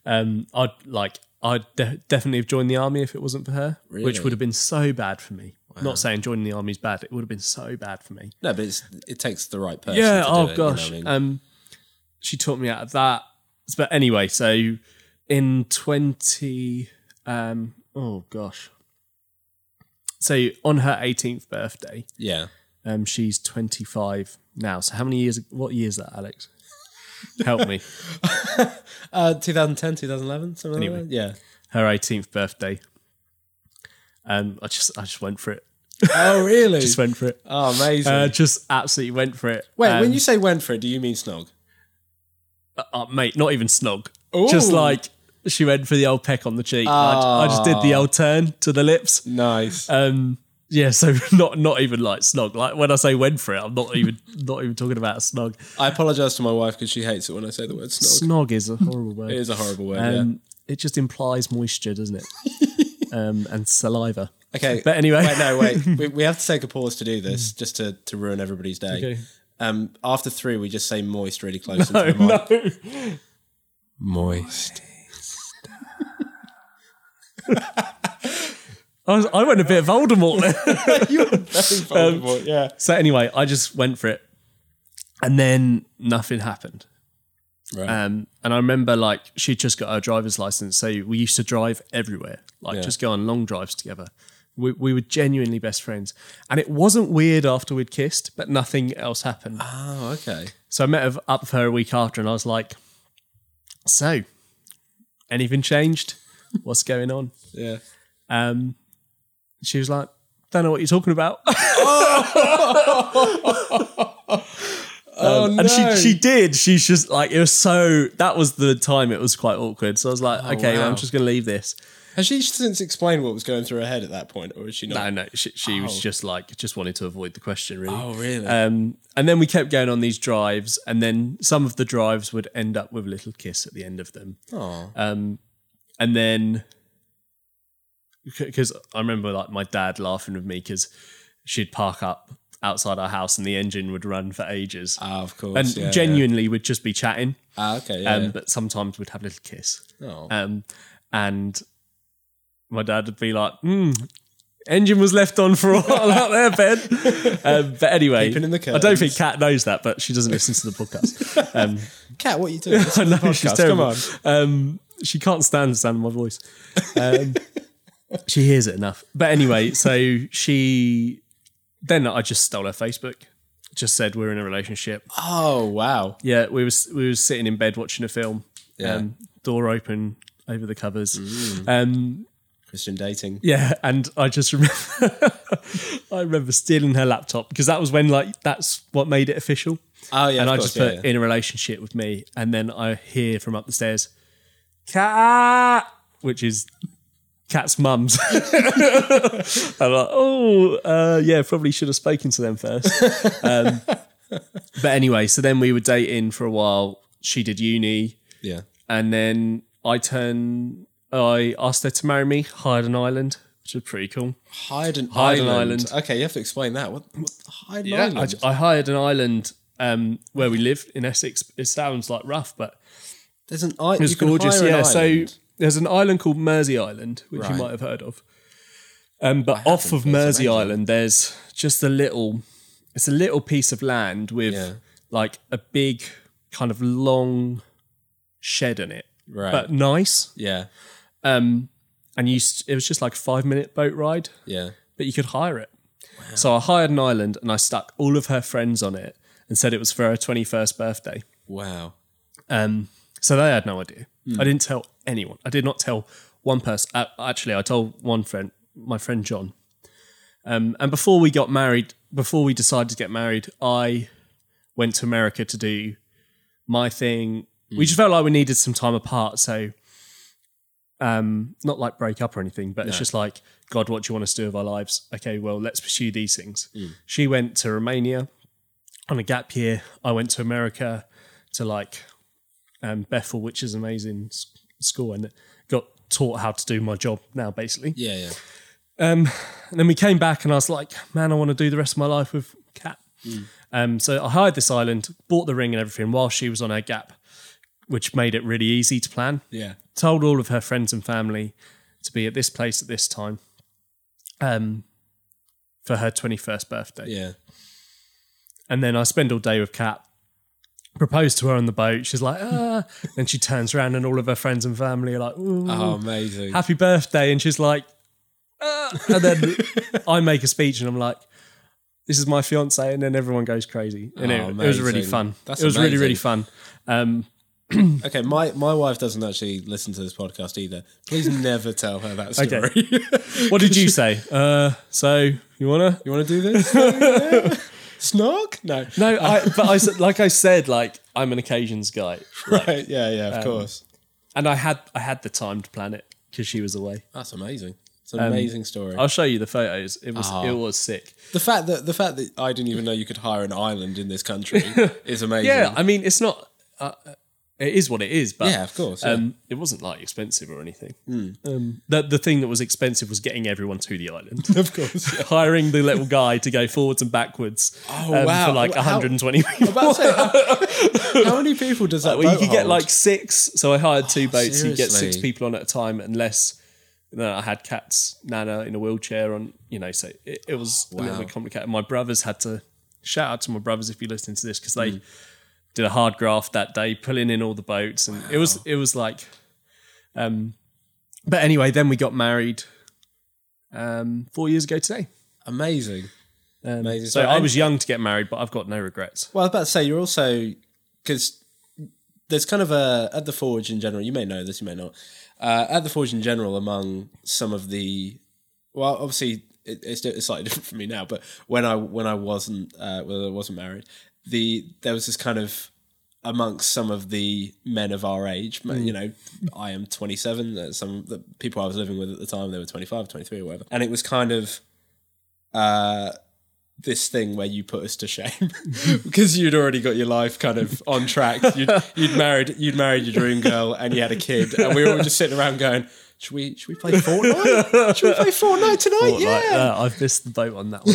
Um, I'd like I'd de- definitely have joined the army if it wasn't for her, Really? which would have been so bad for me. Not saying joining the army is bad; it would have been so bad for me. No, but it's, it takes the right person. to Yeah. do it, Oh you know gosh. what I mean? Um, she taught me out of that. But anyway, so in twenty, um, oh gosh. So on her eighteenth birthday, yeah. um, she's twenty five now. So how many years? What year is that, Alex? Help me. Uh, 2010, 2011, something like that. Yeah. Her eighteenth birthday. Um, I just, I just went for it. Oh, really? Just went for it. oh, amazing. Uh, just absolutely went for it. Wait, Um, when you say went for it, do you mean snog? uh, uh, mate, not even snog. Just Ooh. like she went for the old peck on the cheek. I, I just did Ah. the old turn to the lips. Nice. Um, yeah, so not not even like snog. Like when I say went for it, I'm not even not even talking about a snog. I apologize to my wife because she hates it when I say the word snog. Snog is a horrible word. It is a horrible word. yeah. um, It just implies moisture, doesn't it? um, and saliva. Okay. But anyway. Wait, no, wait. we, we have to take a pause to do this just to, to ruin everybody's day. Okay. Um, after three, we just say moist really close into the mic. no. Moist. I, was, I went a bit Voldemort. there. Um, you were very vulnerable, yeah. so anyway, I just went for it. And then nothing happened. Right. Um, and I remember like she'd just got her driver's license, so we used to drive everywhere, like Yeah. just go on long drives together. We, we were genuinely best friends, and it wasn't weird after we'd kissed, but nothing else happened. oh, okay. So I met her- up with her a week after, and I was like, "So, anything changed? What's going on?" Yeah. Um, she was like, "Don't know what you're talking about." Oh, and she she did. She's just like it was so. That was the time it was quite awkward. So I was like, "Okay, well, wow. I'm just gonna leave this." Has she since explained what was going through her head at that point, or is she No, not? no, she, she was just like just wanted to avoid the question really. Oh, really? Oh. Um, and then we kept going on these drives, and then some of the drives would end up with a little kiss at the end of them. Oh. Um, and then because I remember like my dad laughing with me because she'd park up outside our house and the engine would run for ages, Ah, of course. and yeah, yeah. genuinely we'd just be chatting, Ah, okay. Yeah. um, yeah. but sometimes we'd have a little kiss. oh. Um, and my dad would be like, hmm, engine was left on for a while out there, Ben. Um, but anyway, Keeping in the I don't curtains. think Kat knows that, but she doesn't listen to the podcast. Um, Cat, what are you doing? I know she's podcast, terrible. Oh, come Um, she can't stand the sound of my voice. Um, she hears it enough. But anyway, so she then I just stole her Facebook. Just said we're in a relationship. oh, wow. Yeah, we was we was sitting in bed watching a film. Yeah. Mm. Um, door open over the covers. Um, Christian dating. yeah, and I just remember I remember stealing her laptop because that was when like that's what made it official. Oh, yeah. and of I course, just yeah, put yeah. in a relationship with me, and then I hear from up the stairs, cat, which is cat's mum's. I'm like, oh, uh, yeah, probably should have spoken to them first. Um, but anyway, so then we were dating for a while. She did uni yeah. and then I turned. I asked her to marry me, hired an island, which was pretty cool. Hide an Hide an island. Okay, you have to explain that. What, what hide an island? I, I hired an island um, where we lived in Essex. It sounds like rough, but There's an island. it's gorgeous. Yeah, so there's an island called Mersey Island, which you Right. might have heard of. Um, but off of but it's Mersey amazing. Island, there's just a little. It's a little piece of land with Yeah. like a big kind of long shed in it, Right. but nice. yeah. Um, and you, s- it was just like a five minute boat ride, Yeah. but you could hire it. So I hired an island and I stuck all of her friends on it and said it was for her 21st birthday. Wow. Um, so they had no idea. I didn't tell anyone. I did not tell one person. Uh, actually, I told one friend, my friend John. Um, and before we got married, before we decided to get married, I went to America to do my thing. We just felt like we needed some time apart. So, um, not like break up or anything, but it's just like, God, what do you want us to do with our lives? Okay, well, let's pursue these things. She went to Romania on a gap year. I went to America to like um, Bethel, which is an amazing s- school, and got taught how to do my job now, basically. Yeah, yeah. And then we came back, and I was like, man, I want to do the rest of my life with Cat. Um, so I hired this island, bought the ring and everything while she was on her gap, which made it really easy to plan. Yeah. Told all of her friends and family to be at this place at this time um, for her 21st birthday. Yeah. And then I spend all day with Kat. Propose to her on the boat. She's like, ah. then she turns around and all of her friends and family are like, ooh, Oh, amazing. happy birthday. And she's like, ah. and then I make a speech and I'm like, this is my fiance. And then everyone goes crazy. And Oh, it, it was really amazing. fun. That's it was really, amazing. really fun. Um, Okay, my, my wife doesn't actually listen to this podcast either. Please never tell her that story. Okay. what did you say? Uh, so you want to? You want to do this? Snark? No. No, I, but I, said- like I said, like I'm an occasions guy. Right. Yeah, yeah, Um, of course. And I had, I had the time to plan it because she was away. That's amazing. It's um, an amazing story. I'll show you the photos. It was it was sick. the fact that the fact that I didn't even know you could hire an island in this country is amazing. Yeah, I mean, it's not. Uh, it is what it is, but Yeah, of course, yeah. Hmm. Um, it wasn't like expensive or anything. Um, the the thing that was expensive was getting everyone to the island, of course. hiring the little guy to go forwards and backwards. um, Oh, For wow. like How- 120 people. About to say, how, how many people does that? Well, you boat could get hold? like six. So I hired two boats. You get six Oh, seriously? people on at a time, unless you know, I had Cat's Nana in a wheelchair on. You know, so it, it was a little Wow. bit complicated. My brothers had to shout out to my brothers if you're listening to this because Hmm. they did a hard graft that day, pulling in all the boats, and it was it was like, um, but anyway, then we got married, um, four years ago today. Amazing. Amazing. um, So I was young to get married, but I've got no regrets. Well, I was about to say you're also because there's kind of a at the forge in general. You may know this, you may not. Uh, at the forge in general, among some of the well, obviously it, it's, it's slightly different for me now. But when I when I wasn't uh, when I wasn't married, the there was this kind of amongst some of the men of our age. You know, I am 27. uh, Some the people I was living with at the time they were 25, 23, or whatever, and it was kind of uh, this thing where you put us to shame because you'd already got your life kind of on track. You'd, you'd married you'd married your dream girl and you had a kid, and we were all just sitting around going, "Should we should we play Fortnite? Should we play Fortnite tonight? Like, yeah." uh, I've missed the boat on that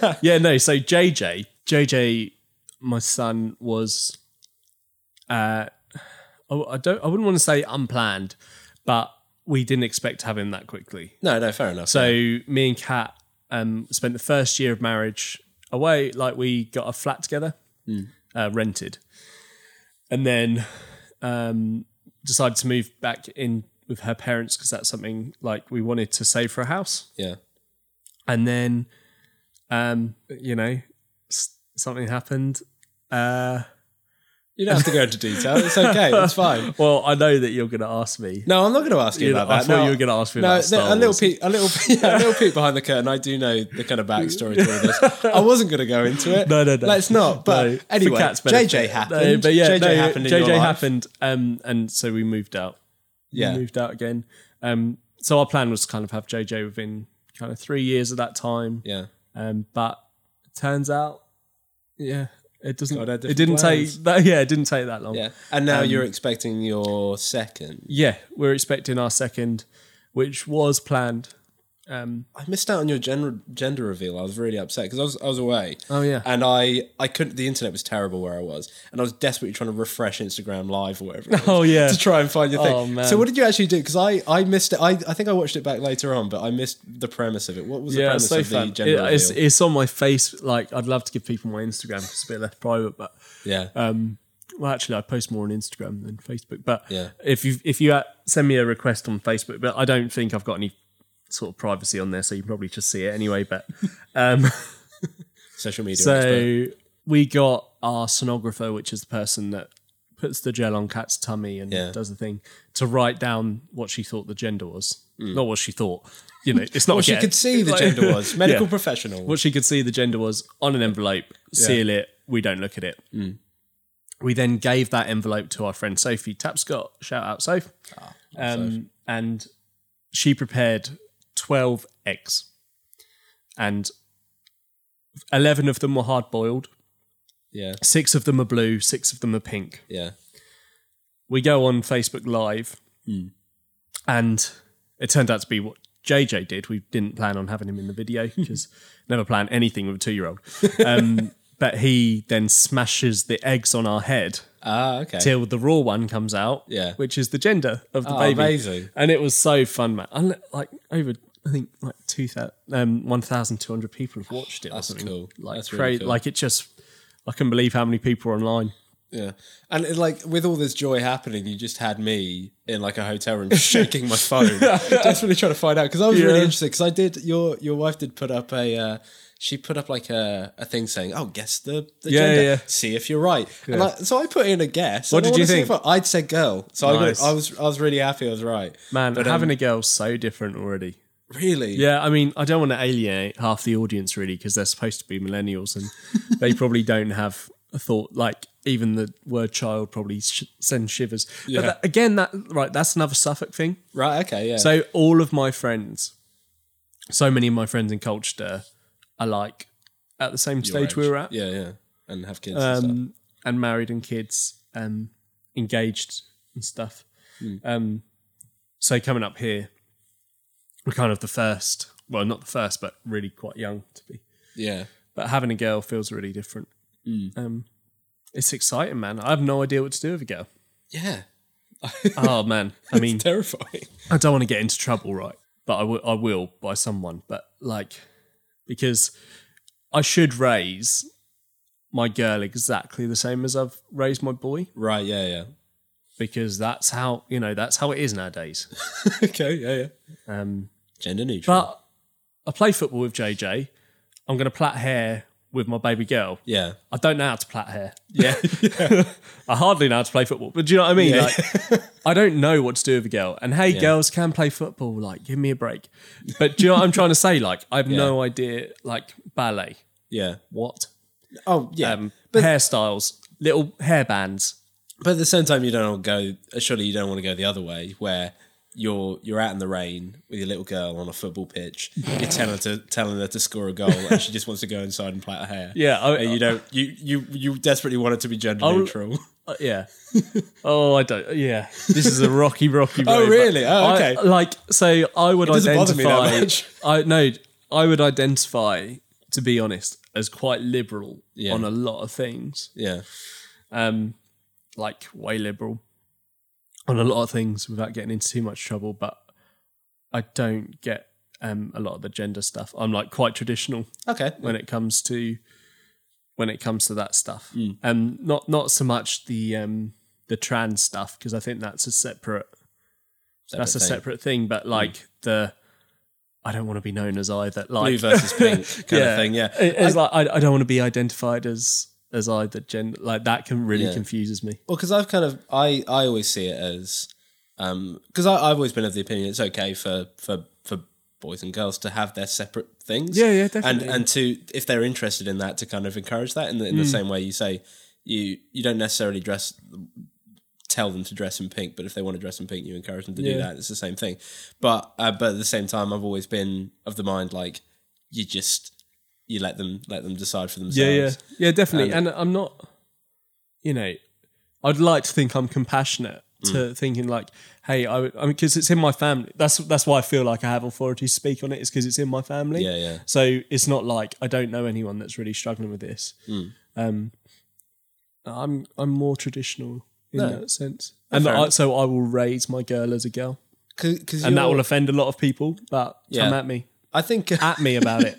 one. yeah, no. So JJ, JJ, my son was, uh, oh, I don't, I wouldn't want to say unplanned, but we didn't expect to have him that quickly. no, no, fair enough. So me and Kat um, spent the first year of marriage away. Like we got a flat together, uh, rented, and then um, decided to move back in with her parents because that's something like we wanted to save for a house yeah, and then um you know s- something happened uh you don't have to go into detail. It's okay. It's fine. well i know that you're gonna ask me No, I'm not going to ask you, You know, about I that. thought no, you were gonna ask me no, about no, Star a little Wars. peek, a little, yeah, a little peek behind the curtain. I do know the kind of backstory to all this. I wasn't going to go into it. No, no, no. Let's not. But No, for anyway, Kat's benefit. JJ happened. No, but yeah, JJ no, happened. In JJ your life. happened, um, and so we moved out. Yeah. we moved out again. Um, so our plan was to kind of have JJ within kind of three years of that time. Yeah. Um, but it turns out, yeah, it doesn't. God, I had it didn't different take that. Yeah, it didn't take that long. Yeah. And Um, now you're expecting your second. yeah, we're expecting our second, which was planned. Um, I missed out on your gender gender reveal. I was really upset because I was I was away. Oh, yeah. And I I couldn't. The internet was terrible where I was, and I was desperately trying to refresh Instagram Live or whatever. it was Oh, yeah. To try and find your thing. Oh, man. So what did you actually do? Because I I missed it. I I think I watched it back later on, but I missed the premise of it. What was the yeah, premise it's so of the fun. It- gender it's, reveal? it's on my face. Like, I'd love to give people my Instagram 'cause it's a bit less private, but yeah. um, well, actually, I post more on Instagram than Facebook. But Yeah. if you if you uh, send me a request on Facebook, but I don't think I've got any sort of privacy on there, so you can probably just see it anyway. But um, Social media. expert. so we got our sonographer, which is the person that puts the gel on Kat's tummy and Yeah. does the thing to write down what she thought the gender was, not what she thought. You know, it's not Mm. Well, she guess. could see the Like- gender was medical Yeah. professional. What she could see the gender was on an envelope, seal it, we don't look at it. We then gave that envelope to our friend Sophie Tapscott, shout out Soph. um, And she prepared 12 eggs. And 11 of them were hard boiled, Yeah. six of them are blue, six of them are pink Yeah. we go on Facebook Live, Hmm. and it turned out to be what JJ did. We didn't plan on having him in the video because never plan anything with a two year old. Um, but he then smashes the eggs on our head Ah. Okay. till the raw one comes out, Yeah. which is the gender of the Oh, baby. amazing. And it was so fun, man. And like over, I think like two thousand, um, one thousand two hundred people have watched it. or That's something. cool. Like That's cra- really cool. like it just. I can believe how many people are online. Yeah. And it, like with all this joy happening, you just had me in like a hotel room shaking my phone, desperately trying to find out because I was really Yeah. interested. Because I did your your wife did put up a uh, she put up like a, a thing saying, "Oh, guess the, the Yeah, gender, yeah, yeah. see if you're right." And I, so I put in a guess. What and I did you wanna see think? if I, would said girl, so I, Nice. got, I was I was really happy I was right. Man, But, um, having a girl's so different already. Really? Yeah, I mean, I don't want to alienate half the audience really because they're supposed to be millennials and they probably don't have a thought like even the word child probably sh- sends shivers. But that, again, that right, that's another Suffolk thing. Right. Okay. Yeah. So all of my friends, so many of my friends in Colchester are like at the same stage we were at Yeah. Yeah. And have kids. and stuff. um, and married and kids, um, engaged and stuff. Um, so coming up here, we're kind of the first. Well, not the first, but really quite young to be. Yeah. But having a girl feels really different. Um, it's exciting, man. I have no idea what to do with a girl. Yeah. Oh man, I mean, Terrifying. I don't want to get into trouble, right? But I wi- I will by someone. But like, because I should raise my girl exactly the same as I've raised my boy Right. Yeah. Yeah. because that's how you know that's how it is nowadays. okay. Yeah. Yeah. Um, Gender neutral. but I play football with JJ. I'm going to plait hair with my baby girl. yeah. I don't know how to plait hair. Yeah. I hardly know how to play football, but do you know what I mean? Yeah. Like, I don't know what to do with a girl. And hey, girls can play football. Like, give me a break. But do you know what I'm trying to say? Like, I have no idea. Like ballet, yeah. what? Oh yeah. Um, hairstyles, little hairbands. but at the same time, you don't want to go. Surely you don't want to go the other way where you're you're out in the rain with your little girl on a football pitch. You're telling her to telling her to score a goal, and she just wants to go inside and plait her hair. Yeah, I- and you don't. You you you desperately want it to be gender neutral. Uh, yeah. oh, I don't. Yeah, this is a rocky, rocky. road, but really? Oh, I- okay. like, so I would doesn't bother me identify. that much. I no, I would identify, to be honest, as quite liberal Yeah. on a lot of things. Yeah. Um, like way liberal on a lot of things without getting into too much trouble. But I don't get um a lot of the gender stuff. I'm like quite traditional Okay. when it comes to when it comes to that stuff. Mm. Um, not not so much the um the trans stuff because I think that's a separate, that's a thing. Mm. separate thing. But like the I don't want to be known as either. Like blue versus pink kind of thing. Yeah. It- it's like I, I don't want to be identified as as either gender. Like that can really Yeah. confuses me. Well, because I've kind of I I always see it as because I I've always been of the opinion it's okay for for for boys and girls to have their separate things. Yeah, yeah, definitely. And and to if they're interested in that to kind of encourage that in the, in Hmm. the same way you say you you don't necessarily dress tell them to dress in pink, but if they want to dress in pink, you encourage them to do Yeah. that. It's the same thing. But uh, but at the same time, I've always been of the mind like you just you let them let them decide for themselves. Yeah, yeah, yeah, definitely. And, I'm not, you know, I'd like to think I'm compassionate to Mm. thinking like, hey, I, would- I mean, because it's in my family. That's that's why I feel like I have authority to speak on it. Is because it's in my family. Yeah, yeah. So it's not like I don't know anyone that's really struggling with this. Mm. Um, I'm I'm more traditional in No. that sense, and fair I, enough. so I will raise my girl as a girl, Because and that will offend a lot of people. But Yeah. come at me, I think at me about it.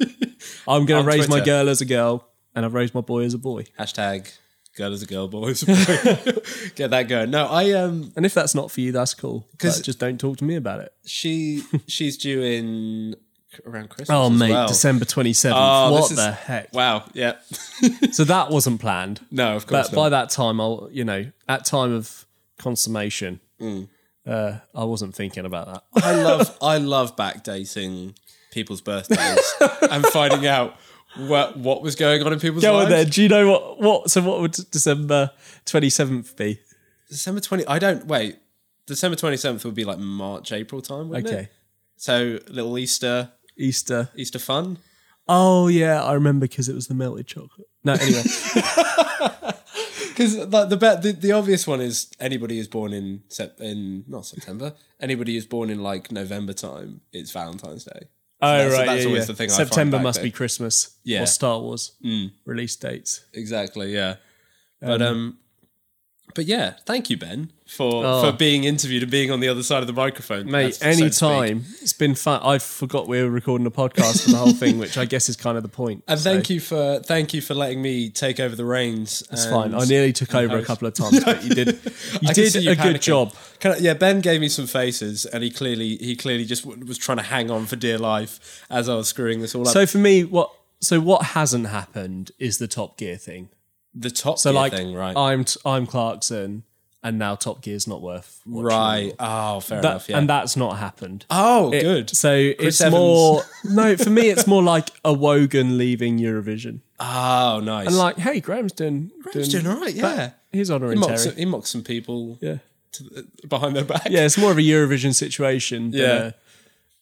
I'm going On to raise my Twitter. girl as a girl, and I've raised my boy as a boy. Hashtag girl is a girl, boy is a boy. Get that going. No, I um And if that's not for you, that's cool. 'Cause- Because just don't talk to me about it. she she's due in around Christmas. Oh, as mate, well. December 27th. Oh, this what is- the heck? Wow, yeah. So that wasn't planned. No, of course But by not. that time, I'll, you know, at time of consummation, Mm. uh, I wasn't thinking about that. I love I love backdating people's birthdays and finding out what what was going on in people's Go on lives. then. Do you know what, what? So what would December 27th be? December twenty I don't wait. December twenty seventh would be like March, April time, wouldn't Okay. it? So little Easter Easter. Easter fun. Oh, yeah. I remember because it was the melted chocolate. No, anyway. Because like the, bet the the obvious one is anybody who's born in sep- in not September, anybody who's born in like November time, it's Valentine's Day. oh, that's- right. that's yeah, always yeah. the thing I find September back must then. be Christmas Yeah. Mm. or Star Wars release dates. Exactly, yeah. But um, but yeah, thank you, Ben, for Oh. for being interviewed and being on the other side of the microphone, Mate, as- so to any speak. time. It's been fun. I forgot we were recording a podcast for the whole thing, which I guess is kind of the point. And thank you for thank you for letting me take over the reins. It's fine. I nearly took over a couple of times, but you did. You did a good job. Can I, yeah, Ben gave me some faces, and he clearly he clearly just w- was trying to hang on for dear life as I was screwing this all up. So for me, what so what hasn't happened is the Top Gear thing. the top So like thing, right? I'm t- I'm Clarkson, and now Top Gear's not worth watching Right. anymore. Oh, fair That- enough. Yeah. And that's not happened. oh, It- good. So it's Evans. more no for me. It's more like a Wogan leaving Eurovision, Oh, nice. and like hey, Graham's doing Graham's doing all right, that- yeah. he's he honorary. mocks, he mocks some people Yeah. to the, behind their back. Yeah, it's more of a Eurovision situation. Than Yeah. A,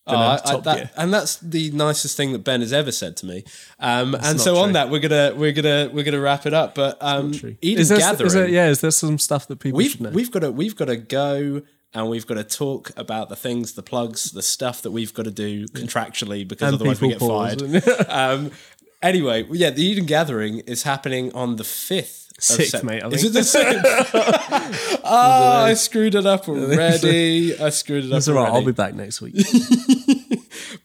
than Oh, a I- I- top that- gear. and that's the nicest thing that Ben has ever said to me. Um, and not so on true. that, we're gonna we're gonna we're gonna wrap it up. But um, Eden is there, Gathering, is there- yeah, is there some stuff that people we've should know? we've got to we've got to go and we've got to talk about the things, the plugs, the stuff that we've got to do contractually because And otherwise we get people pause, fired. um, anyway, yeah, the Eden Gathering is happening on the fifth. Sixth, mate, I Is it think. the sixth? Ah, I screwed it up already. I screwed it up That's all right. I'll already. be back next week.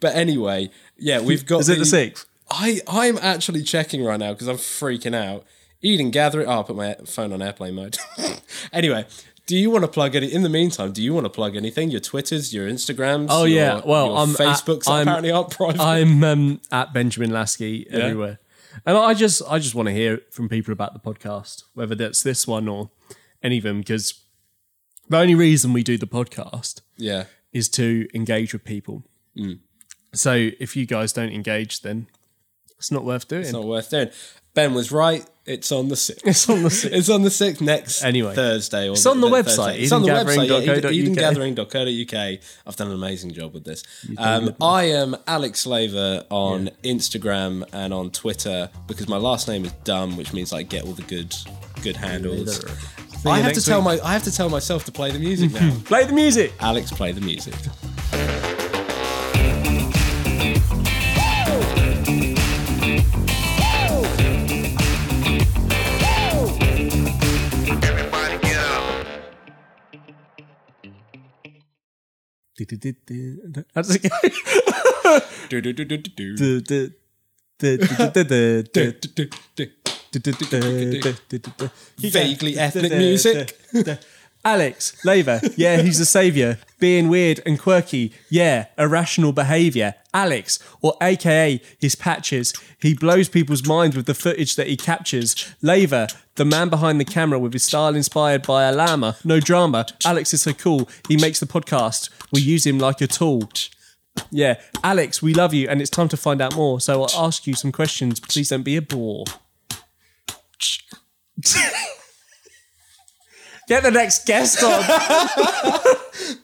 but anyway, yeah, we've got. Is it the sixth? I I'm actually checking right now because I'm freaking out. Eden Gathering. Oh, I'll put my phone on airplane mode. anyway, do you want to plug any? In the meantime, do you want to plug anything? Your Twitters, your Instagrams. Oh, your- yeah. Well, your I'm at- Facebooks I'm- apparently aren't private. I'm um, at Benjamin Lasky everywhere, and I just I just want to hear from people about the podcast, whether that's this one or any of them, because the only reason we do the podcast yeah, is to engage with people. So if you guys don't engage, then it's not worth doing. it's not worth doing. Ben was right. It's on the sixth. It's on the si- It's on the sixth next Anyway. Thursday. Or it's on the website, It's on the website. Yeah, edengathering.co.uk. edengathering.co.uk. I've done an amazing job with this. Um, I am Alex Slaver on Instagram and on Twitter because my last name is Dumb, which means like get all the good good handles. you I have to next tell my I have to tell myself to play the music now. Play the music. Alex, play the music. Everybody get up. How does it go? Do, do, do, do, do, do. Du- du- du- du- du- du- du- Do, do, do, do. du- du- du- du- du- du- du- du- Vaguely du- ethnic du- music. du- du- Alex, Labour, yeah, he's the saviour. Being weird and quirky, yeah, irrational behaviour. Alex, or AKA his patches, he blows people's minds with the footage that he captures. Labour, the man behind the camera with his style inspired by a llama. No drama. Alex is so cool. He makes the podcast. We use him like a tool. Yeah, Alex, we love you, and it's time to find out more. So I'll ask you some questions. Please don't be a bore. Get the next guest on.